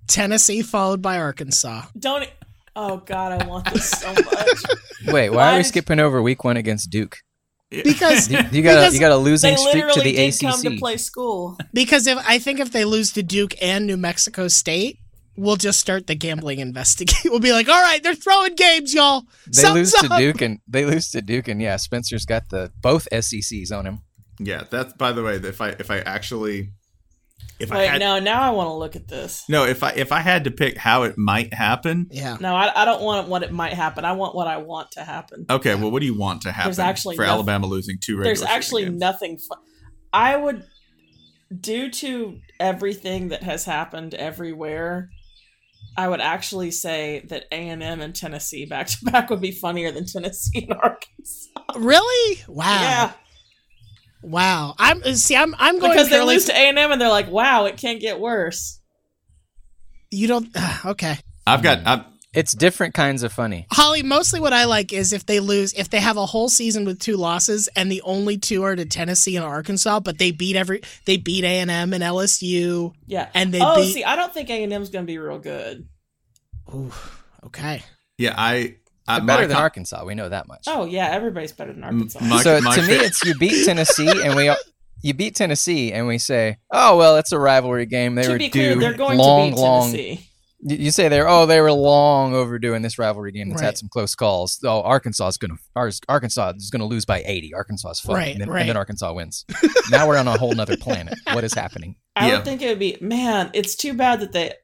S3: Tennessee followed by Arkansas.
S2: Don't. Oh God, I want this [LAUGHS] so much.
S4: Wait, why,
S2: Why
S4: are we
S2: did-
S4: skipping over week one against Duke? [LAUGHS]
S2: [LAUGHS]
S3: Because
S4: You, you got a,
S3: Because
S4: you got a
S2: they
S4: losing streak to
S2: literally
S4: the
S2: did come to
S4: ACC.
S2: play school.
S3: because if I think if they lose to Duke and New Mexico State, we'll just start the gambling investigate. [LAUGHS] We'll be like, all right, they're throwing games, y'all.
S4: They
S3: Something's
S4: lose to
S3: up.
S4: Duke and they lose to Duke and yeah, Spencer's got the both SECs on him.
S1: Yeah, that's by the way, if I if I actually if I
S2: Wait,
S1: had
S2: no, now I want to look at this.
S1: no, if I if I had to pick how it might happen.
S3: Yeah.
S2: No, I, I don't want what it might happen. I want what I want to happen.
S1: Okay, well, what do you want to happen
S2: There's actually
S1: for
S2: nothing-
S1: Alabama losing two regular
S2: There's
S1: season
S2: actually
S1: games?
S2: nothing. Fu- I would, due to everything that has happened everywhere, I would actually say that A and M and Tennessee back to [LAUGHS] back would be funnier than Tennessee and Arkansas.
S3: Really? Wow.
S2: Yeah,
S3: Wow. I'm see. I'm I'm going
S2: because they
S3: purely-
S2: lose to A and M and they're like, "Wow, it can't get worse."
S3: You don't. [SIGHS] okay.
S1: I've got I'm,
S4: It's different kinds of funny.
S3: Holly, mostly what I like is if they lose, if they have a whole season with two losses, and the only two are to Tennessee and Arkansas, but they beat every, they beat A and M and LSU.
S2: Yeah,
S3: And they
S2: oh,
S3: beat-
S2: see, I don't think A and M's going to be real good.
S3: Ooh, okay.
S1: yeah, I, I Uh,
S4: They're better
S1: my
S4: than
S1: com-
S4: Arkansas. We know that much.
S2: Oh yeah, everybody's better than Arkansas.
S1: my-
S4: so to me,
S1: fa-
S4: it's you
S1: [LAUGHS]
S4: beat Tennessee and we all- you beat Tennessee and we say, oh well, it's a rivalry game. They
S2: to
S4: were
S2: be
S4: due
S2: clear, they're going
S4: long,
S2: to beat
S4: long.
S2: Tennessee.
S4: You you say they're oh they were long overdue in this rivalry game that's
S3: Right.
S4: had some close calls. Oh Arkansas is going to Arkansas is going to lose by eighty. Arkansas is fucked.
S3: Right,
S4: and, then,
S3: right.
S4: and then Arkansas wins. now we're on a whole
S3: [LAUGHS]
S4: nother planet. What is happening?
S2: I
S1: Yeah.
S2: would think it would be man. It's too bad that they.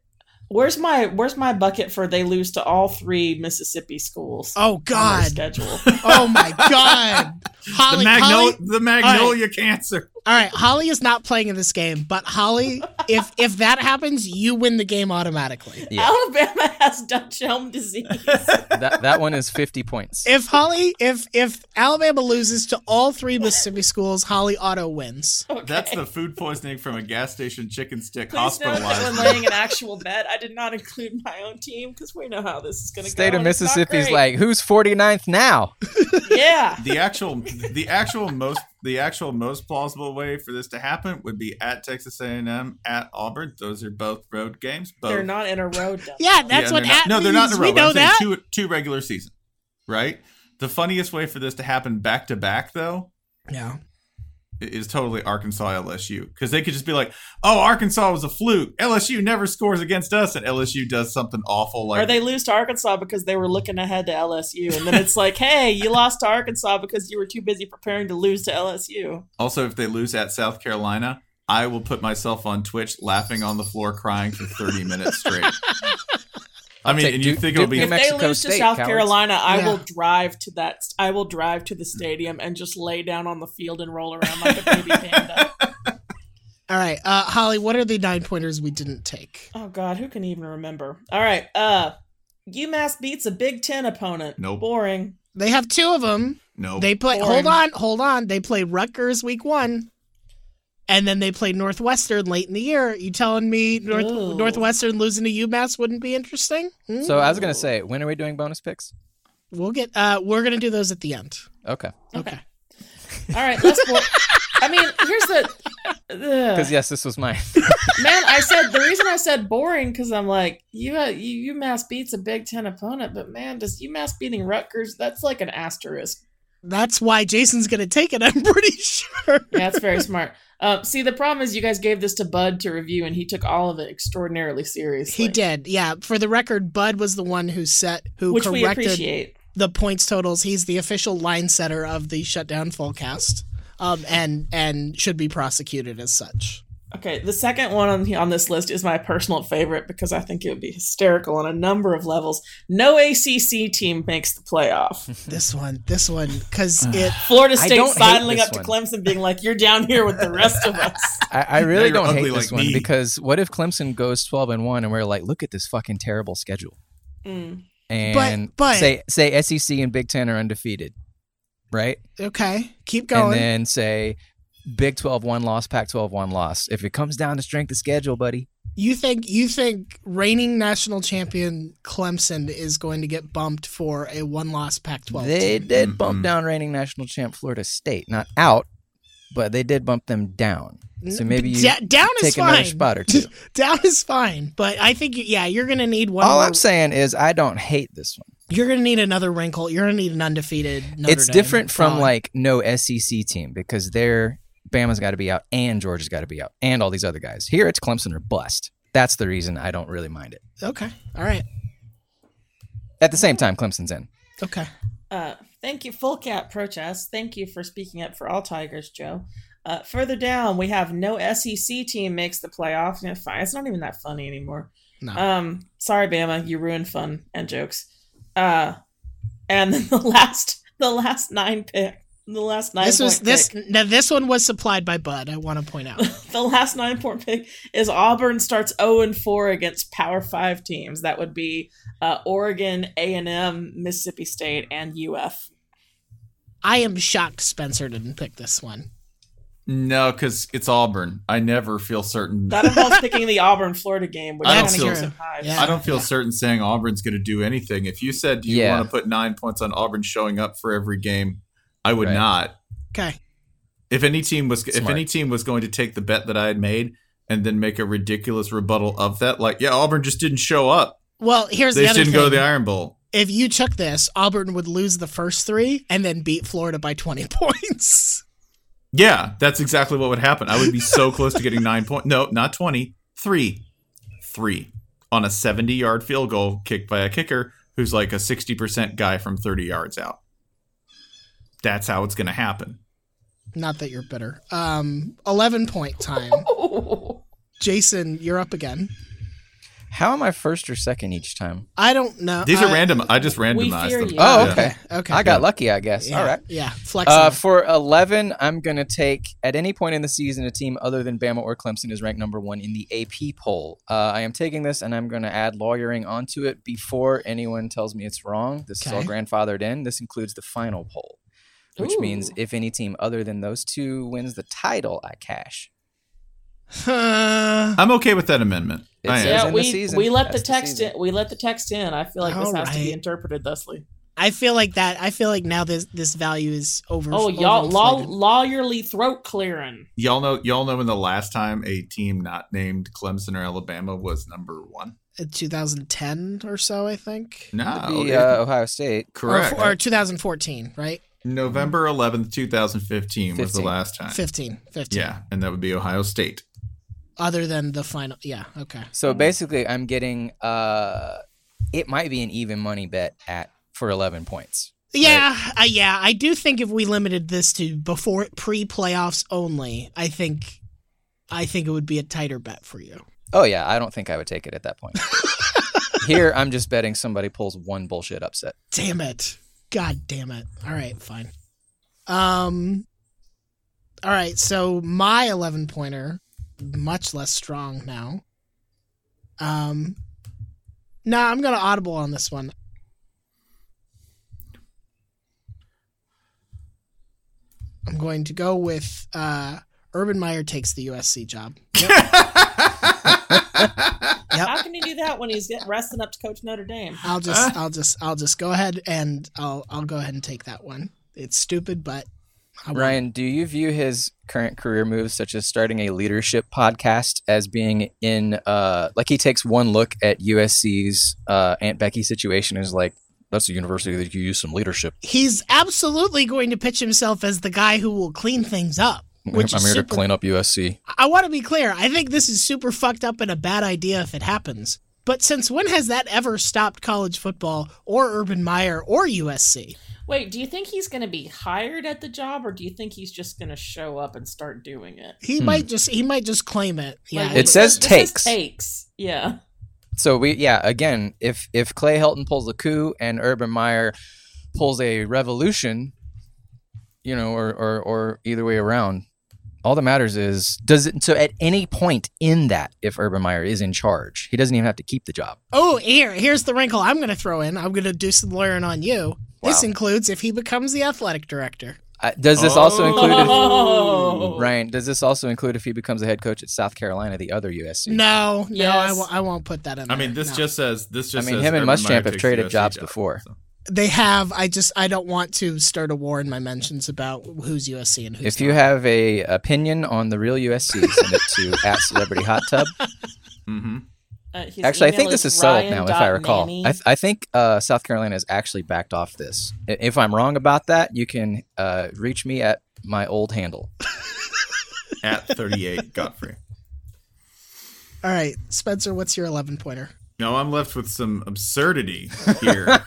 S2: Where's my Where's my bucket for they lose to all three Mississippi schools? on
S3: Oh
S2: their
S3: God.
S2: schedule.
S3: [LAUGHS] Oh my
S2: [LAUGHS]
S3: God.
S1: the,
S3: Holly,
S1: magno-
S3: Holly.
S1: the magnolia cancer.
S3: All right, Holly is not playing in this game, but Holly, if if that happens, you win the game automatically.
S4: [LAUGHS] Yeah.
S2: Alabama has Dutch elm
S4: [LAUGHS]
S2: disease.
S4: That that one is fifty points.
S3: If Holly, if if Alabama loses to all three Mississippi schools, Holly auto wins.
S2: Okay.
S1: That's the food poisoning from a gas station chicken stick
S2: Please note that
S1: hospitalized.
S2: we're laying an actual bet. I did not include my own team because we know how this is going to go.
S4: State of
S2: and it's not
S4: Mississippi's
S2: great.
S4: like, who's 49th now? [LAUGHS]
S2: yeah.
S1: the actual the actual most the actual most plausible way for this to happen would be at Texas A&M at Auburn. Those are both road games. Both.
S2: They're not in a row. Though.
S3: Yeah, that's
S1: Yeah, they're
S3: what
S1: not-
S3: at
S1: No, they're not in
S3: means.
S1: a row.
S3: We
S1: but
S3: know
S1: I'm saying
S3: that.
S1: two two regular season, right? The funniest way for this to happen back to back though
S3: Yeah.
S1: i- is totally Arkansas LSU because they could just be like, "Oh, Arkansas was a fluke. LSU never scores against us, and LSU does something awful." Like
S2: Or they lose to Arkansas because they were looking ahead to LSU, and then it's like, hey, you lost to Arkansas because you were too busy preparing to lose to LSU.
S1: also if they lose at South Carolina. I will put myself on Twitch laughing on the floor crying for 30 minutes
S3: [LAUGHS]
S1: straight. I mean,
S4: take
S1: and you
S4: Duke-
S1: think it'll
S4: Duke
S1: be
S4: New
S2: if they
S4: Mexico
S2: lose to
S4: State,
S2: South
S4: cowards.
S2: Carolina, I
S3: Yeah.
S2: will drive to that. I will drive to the stadium and just lay down on the field and roll around like a baby panda.
S3: All right, uh, Holly, what are the nine pointers we didn't take?
S2: Oh God, who can even remember? All right, uh, UMass beats a Big Ten opponent.
S1: Nope.
S2: boring.
S3: They have two of them.
S1: no.
S3: They play.
S2: Boring.
S3: Hold on, hold on. They play Rutgers week one, and then they play Northwestern late in the year. You telling me North,
S2: Ooh.
S3: Northwestern losing to UMass wouldn't be interesting? Hmm?
S4: So I was going to say, when are we doing bonus picks?
S3: we'll get. Uh, we're gonna do those at
S2: [LAUGHS]
S3: the end.
S4: Okay.
S3: Okay.
S2: All right, let's. Bo- I mean, here's the. Ugh.
S4: Because, yes, this was
S3: [LAUGHS]
S4: mine.
S2: Man, I said the reason I said boring because I'm like you, you UMass beats a Big Ten opponent, but man, does UMass beating Rutgers? That's like an asterisk.
S3: That's why Jason's gonna take it. I'm pretty [LAUGHS] sure.
S2: Yeah, that's very smart. Uh, see, the problem is you guys gave this to Bud to review, and he took all of it extraordinarily seriously.
S3: He did. Yeah. For the record, Bud was the one who set who
S2: which we
S3: corrected
S2: appreciate.
S3: the points totals. He's the official line setter of the shutdown fullcast, um, and and should be prosecuted as such.
S2: Okay, the second one on on this list is my personal favorite because I think it would be hysterical on a number of levels. No ACC team makes the
S4: [LAUGHS]
S2: playoff.
S3: This one, this one,
S4: [SIGHS]
S3: because it.
S2: Florida
S4: I
S2: State
S4: don't hate
S2: sidling
S4: this
S2: up to
S4: one.
S2: Clemson, being like, "You're down here with the rest
S4: [LAUGHS]
S2: of us."
S4: I, I
S1: Now
S4: really
S1: you're
S4: don't hate
S1: ugly
S4: this
S1: like
S4: one
S1: me.
S4: because what if Clemson goes 12 and 1 and we're like, look at this fucking terrible schedule?
S2: Mm.
S4: And
S3: but-
S4: say, say SEC and Big Ten are undefeated, right?
S3: Okay, keep
S4: And
S3: going.
S4: then say Big 12 1 loss, Pac 12 1 loss. If it comes down to strength of schedule, buddy,
S3: you think you think reigning national champion Clemson is going to get bumped for a one loss Pac-12?
S4: they
S3: team?
S4: did bump
S1: Mm-mm.
S4: down reigning national champ Florida State. Not out, but they did bump them down. So maybe you
S3: Da- down is
S4: take another
S3: fine. [LAUGHS]
S4: spot or two.
S3: Down is fine, but I think yeah, you're gonna need one.
S4: All
S3: more-
S4: I'm saying is I don't hate this one.
S3: you're gonna need another wrinkle. You're gonna need an undefeated. Notre
S4: it's
S3: Dame
S4: different from
S3: gone.
S4: like no SEC team because they're Bama's got to be out and Georgia's got to be out and all these other guys. Here it's Clemson or bust. That's the reason I don't really mind it.
S3: okay, all right,
S4: At the same time, Clemson's in.
S3: okay.
S2: Uh, thank you, Full Cat Protest. Thank you for speaking up for all Tigers, Joe. Uh, further down, we have no SEC team makes the playoff. No, fine. It's not even that funny anymore.
S3: No.
S2: Um, sorry, Bama, you ruined fun and jokes. Uh, and [LAUGHS] then the last, the last nine pick, the last nine.
S3: This was
S2: point
S3: this.
S2: pick-
S3: Now this one was supplied by Bud. I want to point out. [LAUGHS]
S2: the last nine point pick is Auburn starts 0 and 4 against Power 5 teams. That would be uh, Oregon, A&M, Mississippi State, and UF.
S3: I am shocked Spencer didn't pick this one.
S1: No, because it's Auburn. I never feel certain.
S2: That involves picking the Auburn Florida game, which
S1: I
S2: kind
S1: don't
S2: of
S1: feel-
S2: gives some hives. [LAUGHS]
S3: Yeah.
S1: I don't feel certain saying Auburn's going to do anything. If you said you
S4: Yeah.
S1: want to put nine points on Auburn showing up for every game, I would
S4: Right.
S1: not.
S3: Okay.
S1: If any team was if
S4: Smart.
S1: any team was going to take the bet that I had made and then make a ridiculous rebuttal of that, like yeah, Auburn just didn't show up.
S3: Well, here's
S1: They
S3: the
S1: just
S3: other
S1: didn't
S3: thing.
S1: go to the Iron Bowl.
S3: if you took this, Auburn would lose the first three and then beat Florida by 20 [LAUGHS] points.
S1: Yeah, that's exactly what would happen. I would be so close to getting nine point. No, not twenty. Three, three on a seventy-yard field goal kicked by a kicker who's like a sixty percent guy from thirty yards out. That's how it's going to happen.
S3: Not that you're bitter. Um, 11 point time. Jason, you're up again.
S4: How am I first or second each time?
S3: I don't know.
S1: These are
S3: I-
S1: random. I just
S2: Uh, we
S1: randomized
S2: fear
S1: them.
S2: you.
S4: Oh,
S1: Yeah.
S4: okay.
S3: Okay.
S4: I got lucky, I guess.
S3: Yeah,
S4: All right.
S3: Yeah. Flex.
S4: Uh,
S3: them.
S4: for 11, I'm going to take at any point in the season, a team other than Bama or Clemson is ranked number one in the AP poll. Uh, I am taking this and I'm going to add lawyering onto it before anyone tells me it's wrong. This is all
S3: Okay.
S4: grandfathered in. This includes the final poll, which means
S2: Ooh.
S4: if any team other than those two wins the title, I cash.
S3: Huh.
S1: I'm okay with that amendment.
S4: It
S1: I am.
S4: says-
S2: Yeah,
S4: in the
S2: we,
S4: season.
S2: we let
S4: That's
S2: the
S4: the
S2: text
S4: season.
S2: in. We let the text in. I feel like this
S3: All
S2: has to be
S3: right.
S2: interpreted thusly.
S3: I feel like that. I feel like now this this value is over.
S2: Oh, y'all, law,
S3: overinflated.
S2: lawyerly throat clearing.
S1: Y'all know. Y'all know when the last time a team not named Clemson or Alabama was number one.
S3: 2010 or so, I think.
S1: No,
S4: It'd be,
S1: it-
S4: uh, Ohio State.
S3: Or,
S1: correct.
S3: f- or 2014, right?
S1: November 11th, 2015 was the
S4: 15.
S1: last time.
S3: 15. 15.
S1: Yeah, and that would be Ohio
S4: [LAUGHS]
S1: State.
S3: Other than the final. Yeah. Okay.
S4: So basically, I'm getting uh, it might be an even money bet at for 11 points.
S3: Yeah, uh, yeah. I do think if we limited this to before pre playoffs only, I think, I think it would be a tighter bet for you.
S4: Oh yeah, I don't think I would take it at that
S3: [LAUGHS]
S4: point. Here, I'm just betting somebody pulls one bullshit upset.
S3: Damn it! God damn it! All right, fine. Um, all right. So my eleven pointer, much less strong now. Um, no, nah, I'm gonna audible on this one. I'm going to go with uh, Urban Meyer takes the USC job. Yep.
S2: How can you do that when he's get, resting up to coach Notre Dame?
S3: I'll just, I'll just, I'll just go ahead and I'll, I'll go ahead and take that one. It's stupid, but I won.
S4: Ryan, do you view his current career moves, such as starting a leadership podcast, as being in uh, like he takes one look at USC's uh, Aunt Becky situation and is like, that's a university that you use some leadership.
S3: he's absolutely going to pitch himself as the guy who will clean things up. Which
S4: I'm
S3: is
S4: here to
S3: super,
S4: clean up USC.
S3: I want to be clear. I think this is super fucked up and a bad idea if it happens. But since when has that ever stopped college football or Urban Meyer or USC?
S2: Wait, do you think he's going to be hired at the job, or do you think he's just going to show up and start doing it?
S4: Hmm.
S3: He might just he might just claim it. Yeah,
S2: Like,
S4: It says
S2: this
S4: takes.
S2: takes. Yeah.
S4: So we, yeah, again, if if Clay Helton pulls a coup and Urban Meyer pulls a revolution, you know, or or, or either way around, all that matters is does it. So at any point in that, if Urban Meyer is in charge, he doesn't even have to keep the job.
S3: Oh, here, here's the wrinkle I'm going to throw in. I'm going to do some lawyering on you. This includes if he becomes the athletic director.
S4: Uh, does this
S2: [LAUGHS]
S4: also include
S2: Oh.
S4: if, Ryan? Does this also include if he becomes a head coach at South Carolina, the other USC?
S3: No, no, I
S2: Yes.
S3: w- I won't put that in.
S1: I mean,
S3: there.
S1: this
S3: No.
S1: just says this just.
S4: I mean,
S1: says
S4: him and
S1: Urban Meyer
S4: Muschamp have
S1: takes
S4: traded
S1: USC
S4: jobs
S1: job,
S4: before.
S1: so.
S3: they have. I just I don't want to start a war in my mentions about who's USC and who's
S4: If you have a opinion on the real USC, send it to at Celebrity Hot Tub.
S1: Mm-hmm.
S2: Uh, his
S4: Actually, I
S2: email
S4: think this is solved
S2: Ryan
S4: now, if I
S2: dot
S4: recall.
S2: Nanny.
S4: I, th- I think uh, South Carolina has actually backed off this. I- If I'm wrong about that, you can uh, reach me at my old handle.
S1: At 38, Godfrey.
S3: All right, Spencer, what's your eleven pointer?
S1: No, I'm left with some
S4: [LAUGHS]
S1: absurdity here.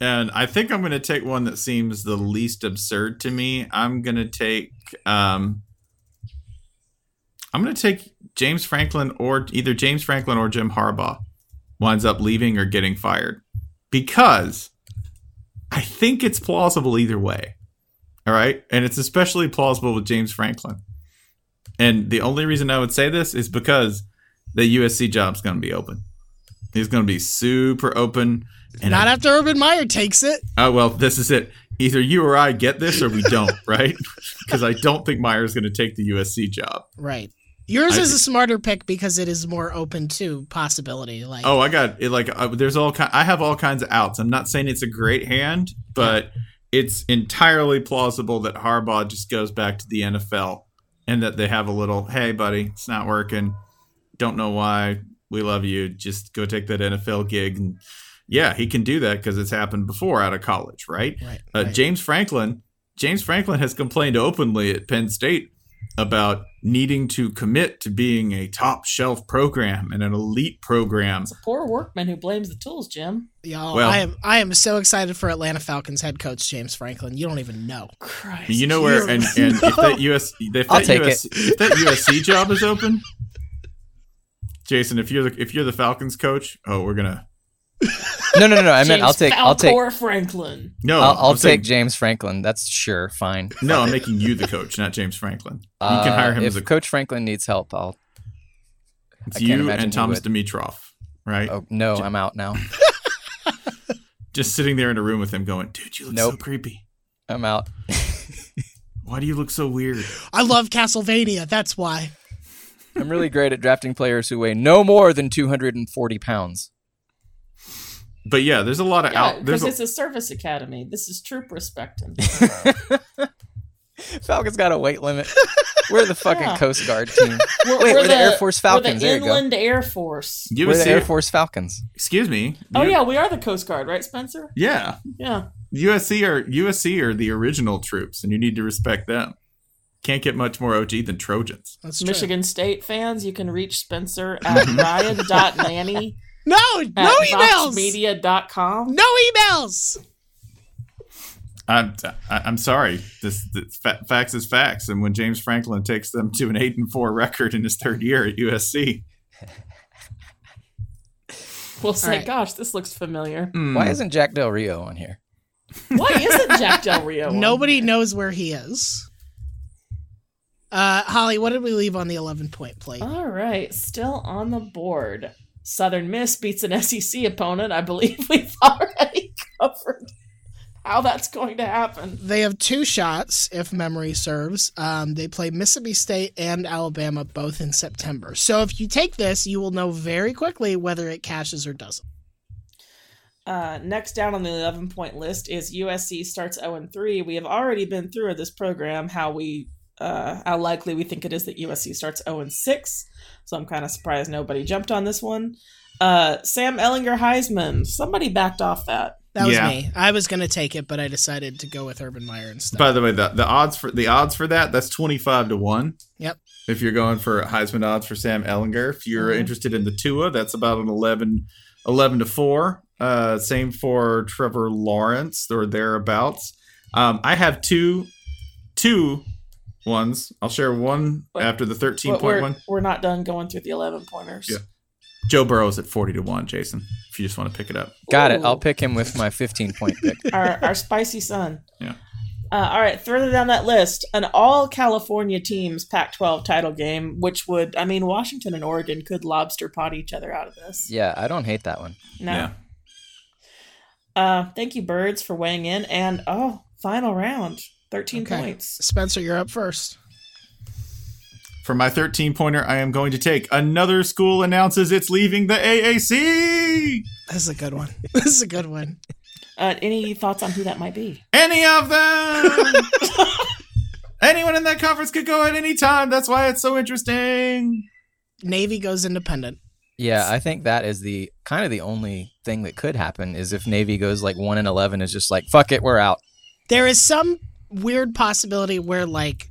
S1: and I think I'm going to take one that seems the least absurd to me. I'm going to take um I'm going to take James Franklin or either James Franklin or Jim Harbaugh winds up leaving or getting fired because I think it's plausible either way. All right? And it's especially plausible with James Franklin. And the only reason I would say this is because the USC job's going to be open. He's going to be super open. And
S3: Not
S1: I-
S3: after Urban Meyer takes it.
S1: oh well, this is it. Either you or I get this, or we don't, right? Because I don't think Meyer's going to take the USC job.
S3: Right. Yours
S1: I
S3: is
S1: see.
S3: a smarter pick because it is more open to possibility. Like
S1: Oh, I got it. Like, uh, there's all kind. I have all kinds of outs. I'm not saying it's a great hand, but it's entirely plausible that Harbaugh just goes back to the NFL and that they have a little, hey, buddy, it's not working. Don't know why. We love you. Just go take that NFL gig. And yeah, he can do that because it's happened before out of college, right?
S3: right.
S1: Uh,
S3: right.
S1: James Franklin. James Franklin has complained openly at Penn State about needing to commit to being a top shelf program and an elite program.
S2: It's a poor workman who blames the tools, Jim.
S3: Y'all,
S1: well-
S3: I am I am so excited for Atlanta Falcons head coach James Franklin. You don't even know.
S1: [LAUGHS]
S2: Christ.
S1: You know where, and, and if that US, if
S4: I'll
S1: that
S4: take
S1: US, if that USC job is open, Jason, if you're the, if you're the Falcons coach, oh, we're gonna
S4: No, no, no, no. I meant
S2: James
S4: I'll take. I'll take.
S2: Falcor Franklin.
S1: no,
S4: I'll, I'll
S1: I'm saying-
S4: take James Franklin. That's sure. Fine.
S1: [LAUGHS] no, I'm making you the coach, not James Franklin. You can
S4: Uh,
S1: hire him
S4: if
S1: as a coach.
S4: Coach Franklin needs help. I'll. I can't
S1: You
S4: imagine
S1: and
S4: he
S1: Thomas
S4: would.
S1: Dimitrov, right?
S4: Oh no, I'm out now.
S1: Just sitting there in a room with him, going, "Dude, you look so
S4: Nope.
S1: creepy.
S4: I'm out.
S1: Why do you look so weird?"
S3: I love Castlevania. That's why.
S4: I'm really great at drafting players who weigh no more than 240 pounds.
S1: But yeah, there's a lot of
S2: Yeah,
S1: out. There's
S2: because
S1: a,
S2: it's a service academy. This is troop
S4: [LAUGHS]
S2: respecting.
S4: Falcons got a weight limit. We're the fucking
S2: Yeah.
S4: Coast Guard team.
S2: We're,
S4: Wait, we're the Air Force Falcons.
S2: We're
S4: There
S2: the
S4: you go.
S2: Inland Air Force.
S1: [LAUGHS] you
S4: We're
S1: would
S4: the
S1: see-
S4: Air Force Falcons.
S1: Excuse me.
S2: Oh
S1: You-
S2: yeah, we are the Coast Guard, right, Spencer?
S1: yeah.
S2: Yeah.
S1: USC are USC are the original troops, and you need to respect them. Can't get much more OG than Trojans.
S3: That's true.
S2: Michigan State fans, you can reach Spencer
S1: [LAUGHS]
S2: at
S1: Mhm.
S4: [LAUGHS]
S2: ryan.nanny
S3: No,
S2: at
S3: no emails.
S2: voxmedia.com.
S3: No emails.
S1: I'm I- I'm sorry. This, this fa- facts is facts, and when James Franklin takes them to an eight and four record in his third year at USC,
S2: We'll say,
S3: right.
S2: gosh, this looks familiar.
S1: Hmm.
S4: Why isn't Jack Del Rio on here?
S2: Why isn't Jack Del
S4: [LAUGHS]
S2: Rio? on
S3: Nobody
S2: there?
S3: knows where he is. Uh, Holly, what did we leave on the eleven point plate?
S2: All right, still on the board. Southern Miss beats an SEC opponent. I believe [LAUGHS] we've already covered how that's going to happen.
S3: They have two shots, if memory serves. Um, they play Mississippi State and Alabama both in September. So if you take this, you will know very quickly whether it cashes or doesn't.
S2: Uh, next down on the 11 point list is USC starts 0 3. We have already been through this program, how we. Uh, how likely we think it is that USC starts 0 6. So I'm kind of surprised nobody jumped on this one. Uh, Sam Ellinger Heisman. Somebody backed off that.
S3: That was
S1: Yeah.
S3: me. I was going to take it, but I decided to go with Urban Meyer instead.
S1: By the way, the, the odds for the odds for that that's twenty five to one.
S3: Yep.
S1: If you're going for Heisman odds for Sam Ellinger, if you're
S2: Mhm.
S1: interested in the Tua, that's about an 11, 11 to four. Uh, same for Trevor Lawrence or thereabouts. Um, I have two, two ones. I'll share one
S2: But-
S1: after the thirteen
S2: But we're,
S1: point one.
S2: we're not done going through the 11 pointers.
S1: Yeah. Joe Burrow's at forty to one. Jason, if you just want to pick it up,
S4: Got it.
S2: Ooh.
S4: I'll pick him with my 15 point pick.
S2: our,
S1: [LAUGHS]
S2: our spicy son.
S1: Yeah.
S2: Uh, all right, further down that list, an all California teams Pac 12 title game, which would, I mean, Washington and Oregon could lobster pot each other out of this.
S4: [LAUGHS] Yeah, I don't hate that one.
S2: No.
S1: Yeah.
S2: Uh, thank you, birds, for weighing in. And, oh, final round 13
S3: Okay.
S2: points.
S3: Spencer, you're up first.
S1: for my thirteen pointer, I am going to take another school announces it's leaving the AAC.
S3: [LAUGHS] This is a good one. This is a good one.
S2: Uh, any thoughts on who that might be?
S1: Any of [LAUGHS] them. Anyone in that conference could go at any time. That's why it's so interesting.
S3: Navy goes independent.
S4: Yeah, I think that is the kind of the only thing that could happen is if Navy goes like one and eleven is just like fuck it, we're out.
S3: There is some weird possibility where like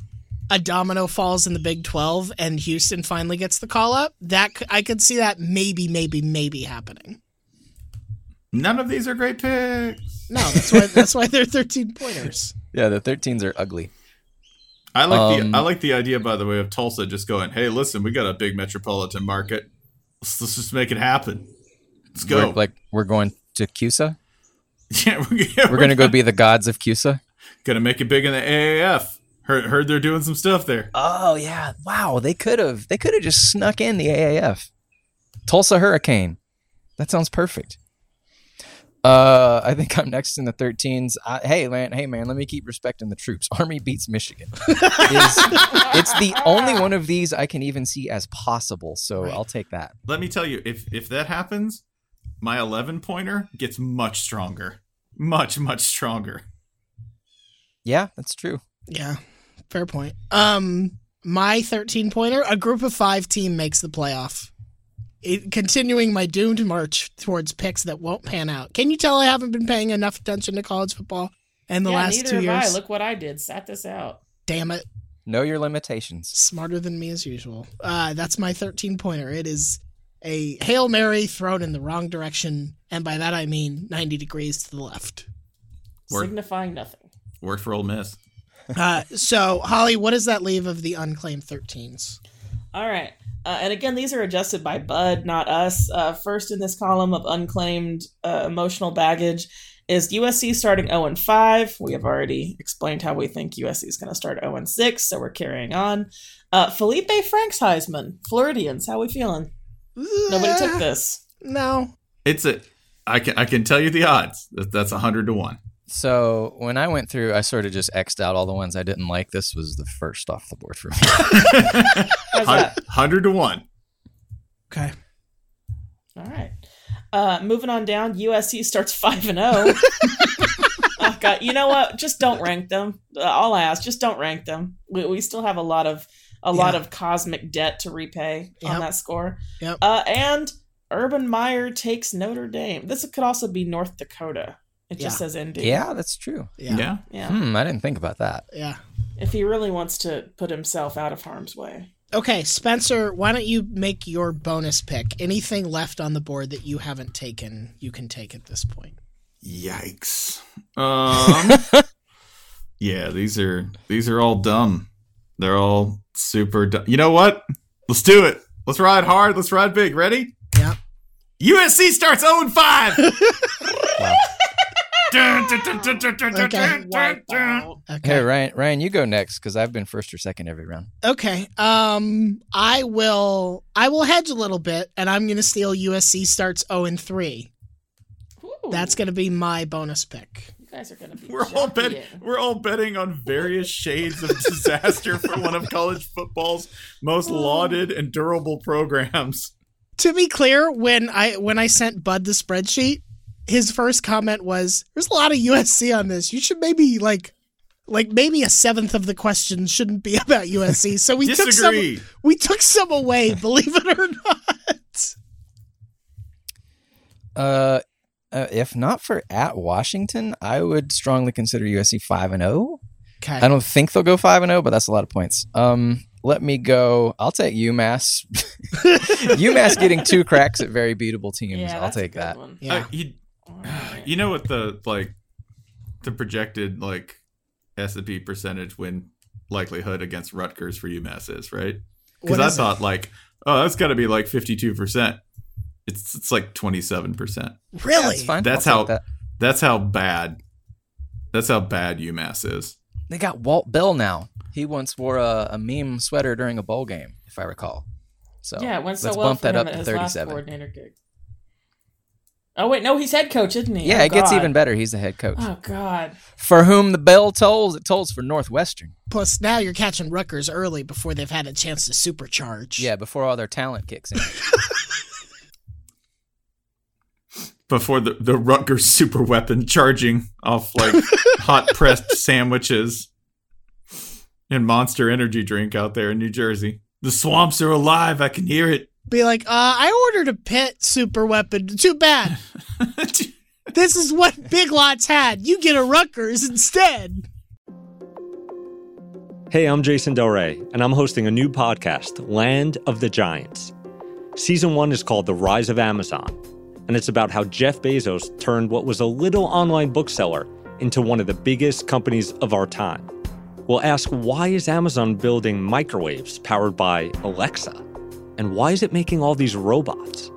S3: a domino falls in the Big 12 and Houston finally gets the call up. That c- I could see that maybe maybe maybe happening.
S1: None of these are great picks.
S3: No, that's why that's why they're 13 pointers.
S4: Yeah, the thirteens are ugly.
S1: I like
S4: Um,
S1: the I like the idea, by the way, of Tulsa just going, "Hey, listen, we got a big metropolitan market. Let's, let's just make it happen. Let's go."
S4: We're, like we're going to CUSA.
S1: [LAUGHS] yeah, we're, yeah,
S4: We're gonna go be the gods of CUSA.
S1: gonna make it big in the AAF. Heard, heard they're doing some stuff there.
S4: Oh yeah, wow. They could have they could have just snuck in the AAF. Tulsa Hurricane. That sounds perfect. Uh, I think I'm next in the 13s. I, hey man, hey man, let me keep respecting the troops. [LAUGHS] Army beats Michigan. Is- it's the only one of these I can even see as possible, so I'll take that.
S1: Let me tell you, if if that happens, my eleven pointer gets much stronger, much much stronger.
S4: Yeah, that's true.
S3: Yeah. Fair point. Um my 13 pointer, a group of 5 team makes the playoff. It, continuing my doomed march towards picks that won't pan out. Can you tell I haven't been paying enough attention to college football in the
S2: yeah,
S3: last
S2: neither
S3: 2
S2: have
S3: years?
S2: I. Look what I did. Sat this out.
S3: Damn it.
S4: Know your limitations.
S3: smarter than me as usual. Uh, that's my 13 pointer. It is a Hail Mary thrown in the wrong direction, and by that I mean 90 degrees to the left.
S1: Word.
S2: Signifying nothing.
S1: Worked for Ole Miss.
S3: Uh, so, Holly, what does that leave of the unclaimed 13s?
S2: All right. Uh, and again, these are adjusted by Bud, not us. Uh, first in this column of unclaimed uh, emotional baggage is USC starting 0 and 5. We have already explained how we think USC is going to start 0 and 6, so we're carrying on. Uh, Felipe Franks Heisman, Floridians, how we feeling? Nobody took
S3: Eh.
S2: this.
S3: Uh, No.
S1: It's a. I can I can tell you the odds. That, that's hundred to one.
S4: So when I went through, I sort of just X'd out all the ones I didn't like. This was the first off the board for me.
S2: How's that?
S1: Hundred to one.
S3: Okay.
S2: All right. Uh, moving on down, USC starts [LAUGHS] five and
S3: [LAUGHS]
S2: zero. Oh God, you know what? Just don't rank them. Uh, I'll ask. Just don't rank them. We, we still have a lot of a lot
S3: Yeah.
S2: of cosmic debt to repay
S3: Yep.
S2: on that score.
S3: Yep.
S2: Uh, and Urban Meyer takes Notre Dame. This could also be North Dakota. It just
S3: Yeah.
S2: says ND.
S4: yeah, that's true.
S3: Yeah. Yeah.
S1: yeah.
S2: Yeah.
S4: Hmm, I didn't think about that.
S2: If he really wants to put himself out of harm's way.
S3: Okay, Spencer, why don't you make your bonus pick? Anything left on the board that you haven't taken, you can take at this point.
S1: Yikes.
S2: [LAUGHS]
S1: Um Yeah, these are these are all dumb. They're all super dumb. You know what? Let's do it. Let's ride hard. Let's ride big. Ready?
S3: Yeah.
S1: USC starts 0 and
S2: [LAUGHS]
S1: 5.
S4: Wow.
S3: Okay. Okay.
S4: Hey Ryan, Ryan, you go next because I've been first or second every round.
S3: Okay. Um I will I will hedge a little bit and I'm gonna steal USC starts 0 and 3.
S2: Ooh,
S3: That's gonna be my bonus pick.
S2: you guys are gonna
S3: [LAUGHS]
S2: be.
S1: We're all betting.
S2: jockeying.
S1: We're all betting on various shades of disaster for one of college football's most lauded and durable programs.
S3: To be clear, when I when I sent Bud the spreadsheet, his first comment was, There's a lot of USC on this. You should maybe like like maybe a seventh of the questions shouldn't be about USC. So we took some
S1: Disagree.
S3: we took some away, believe it or not.
S4: Uh, uh, if not for at Washington, I would strongly consider USC five and zero.
S3: Okay.
S4: I don't think they'll go five and zero, but that's a lot of points. Um, let me go. I'll take UMass. [LAUGHS] UMass getting two cracks at very beatable teams.
S2: Yeah,
S4: I'll
S2: that's a
S4: take
S2: good
S4: that.
S2: one.
S3: yeah.
S1: Uh, you-
S2: All
S3: [SIGHS]
S2: right. [SIGHS]
S1: You know what the like the projected like S and P percentage win likelihood against Rutgers for UMass is right? Because
S3: What
S1: I
S3: is it?
S1: thought like, oh, that's got to be like fifty two percent. It's it's like twenty seven percent.
S3: really?
S4: That's fine.
S1: That's
S4: I'll
S1: how-
S4: take that.
S1: That's how bad. That's how bad UMass is.
S4: they got Walt Bell now. He once wore a, a meme sweater during a bowl game, if I recall. So
S2: yeah, it went so
S4: let's
S2: well
S4: bump
S2: for
S4: that
S2: him
S4: up
S2: at
S4: to
S2: his
S4: thirty
S2: last
S4: seven.
S2: coordinator gig. Oh wait, no, he's head coach, isn't he?
S4: Yeah,
S2: oh,
S4: it gets
S2: God.
S4: even better. He's the head coach.
S2: Oh God,
S4: For whom the bell tolls, it tolls for Northwestern.
S3: Plus, now you're catching Rutgers early before they've had a chance to supercharge.
S4: Yeah, before all their talent kicks in.
S1: before the, the Rutgers super weapon charging off like hot pressed sandwiches and monster energy drink out there in New Jersey. The swamps are alive. I can hear it. [LAUGHS]
S3: Be like, uh, I ordered a pet super weapon. Too bad. This is what Big Lots had. You get a Rutgers instead.
S5: Hey, I'm Jason Del Rey, and I'm hosting a new podcast, Land of the Giants. Season one is called The Rise of Amazon, and it's about how Jeff Bezos turned what was a little online bookseller into one of the biggest companies of our time. We'll ask why is Amazon building microwaves powered by Alexa? And why is it making all these robots?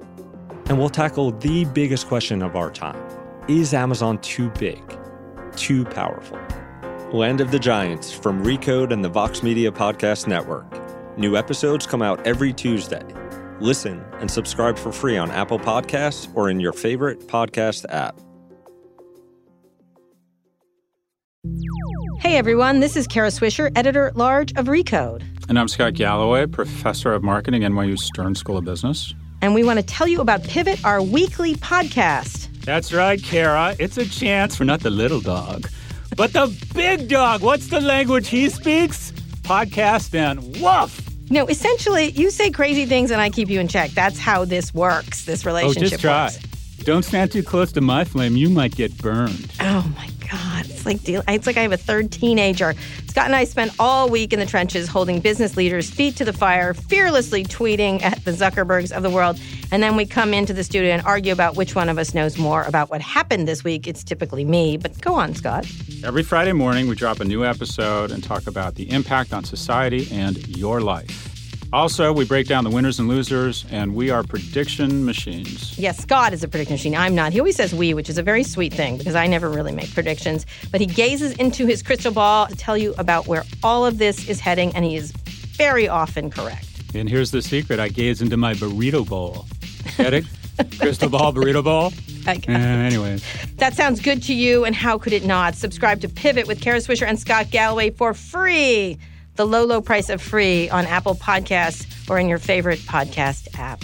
S5: And we'll tackle the biggest question of our time Is Amazon too big, too powerful? Land of the Giants from Recode and the Vox Media Podcast Network. New episodes come out every Tuesday. Listen and subscribe for free on Apple Podcasts or in your favorite podcast app.
S7: Hey everyone, this is Kara Swisher, editor at large of Recode.
S8: And I'm Scott Galloway, professor of marketing at NYU Stern School of Business.
S7: And we want to tell you about Pivot, our weekly podcast.
S8: That's right, Kara. It's a chance for not the little dog, but the big dog. What's the language he speaks? Podcast and woof.
S7: No, essentially, you say crazy things and I keep you in check. That's how this works, this
S8: Oh,
S7: relationship
S8: just try.
S7: works.
S8: Don't stand too close to my flame. You might get burned.
S7: Oh my God. It's like, deal- it's like I have a third teenager. Scott and I spent all week in the trenches holding business leaders' feet to the fire, fearlessly tweeting at the Zuckerbergs of the world. And then we come into the studio and argue about which one of us knows more about what happened this week. It's typically me, but go on, Scott.
S8: Every Friday morning, we drop a new episode and talk about the impact on society and your life. Also, we break down the winners and losers, and we are prediction machines.
S7: Yes, Scott is a prediction machine. I'm not. He always says we, which is a very sweet thing because I never really make predictions. But he gazes into his crystal ball to tell you about where all of this is heading, and he is very often correct.
S8: And here's the secret I gaze into my burrito bowl.
S7: [LAUGHS]
S8: Get it? Crystal ball, burrito bowl?
S7: I got
S8: Eh, anyways.
S7: That sounds good to you, and how could it not? Subscribe to Pivot with Kara Swisher and Scott Galloway for free. The low, low price of free on Apple Podcasts or in your favorite podcast app.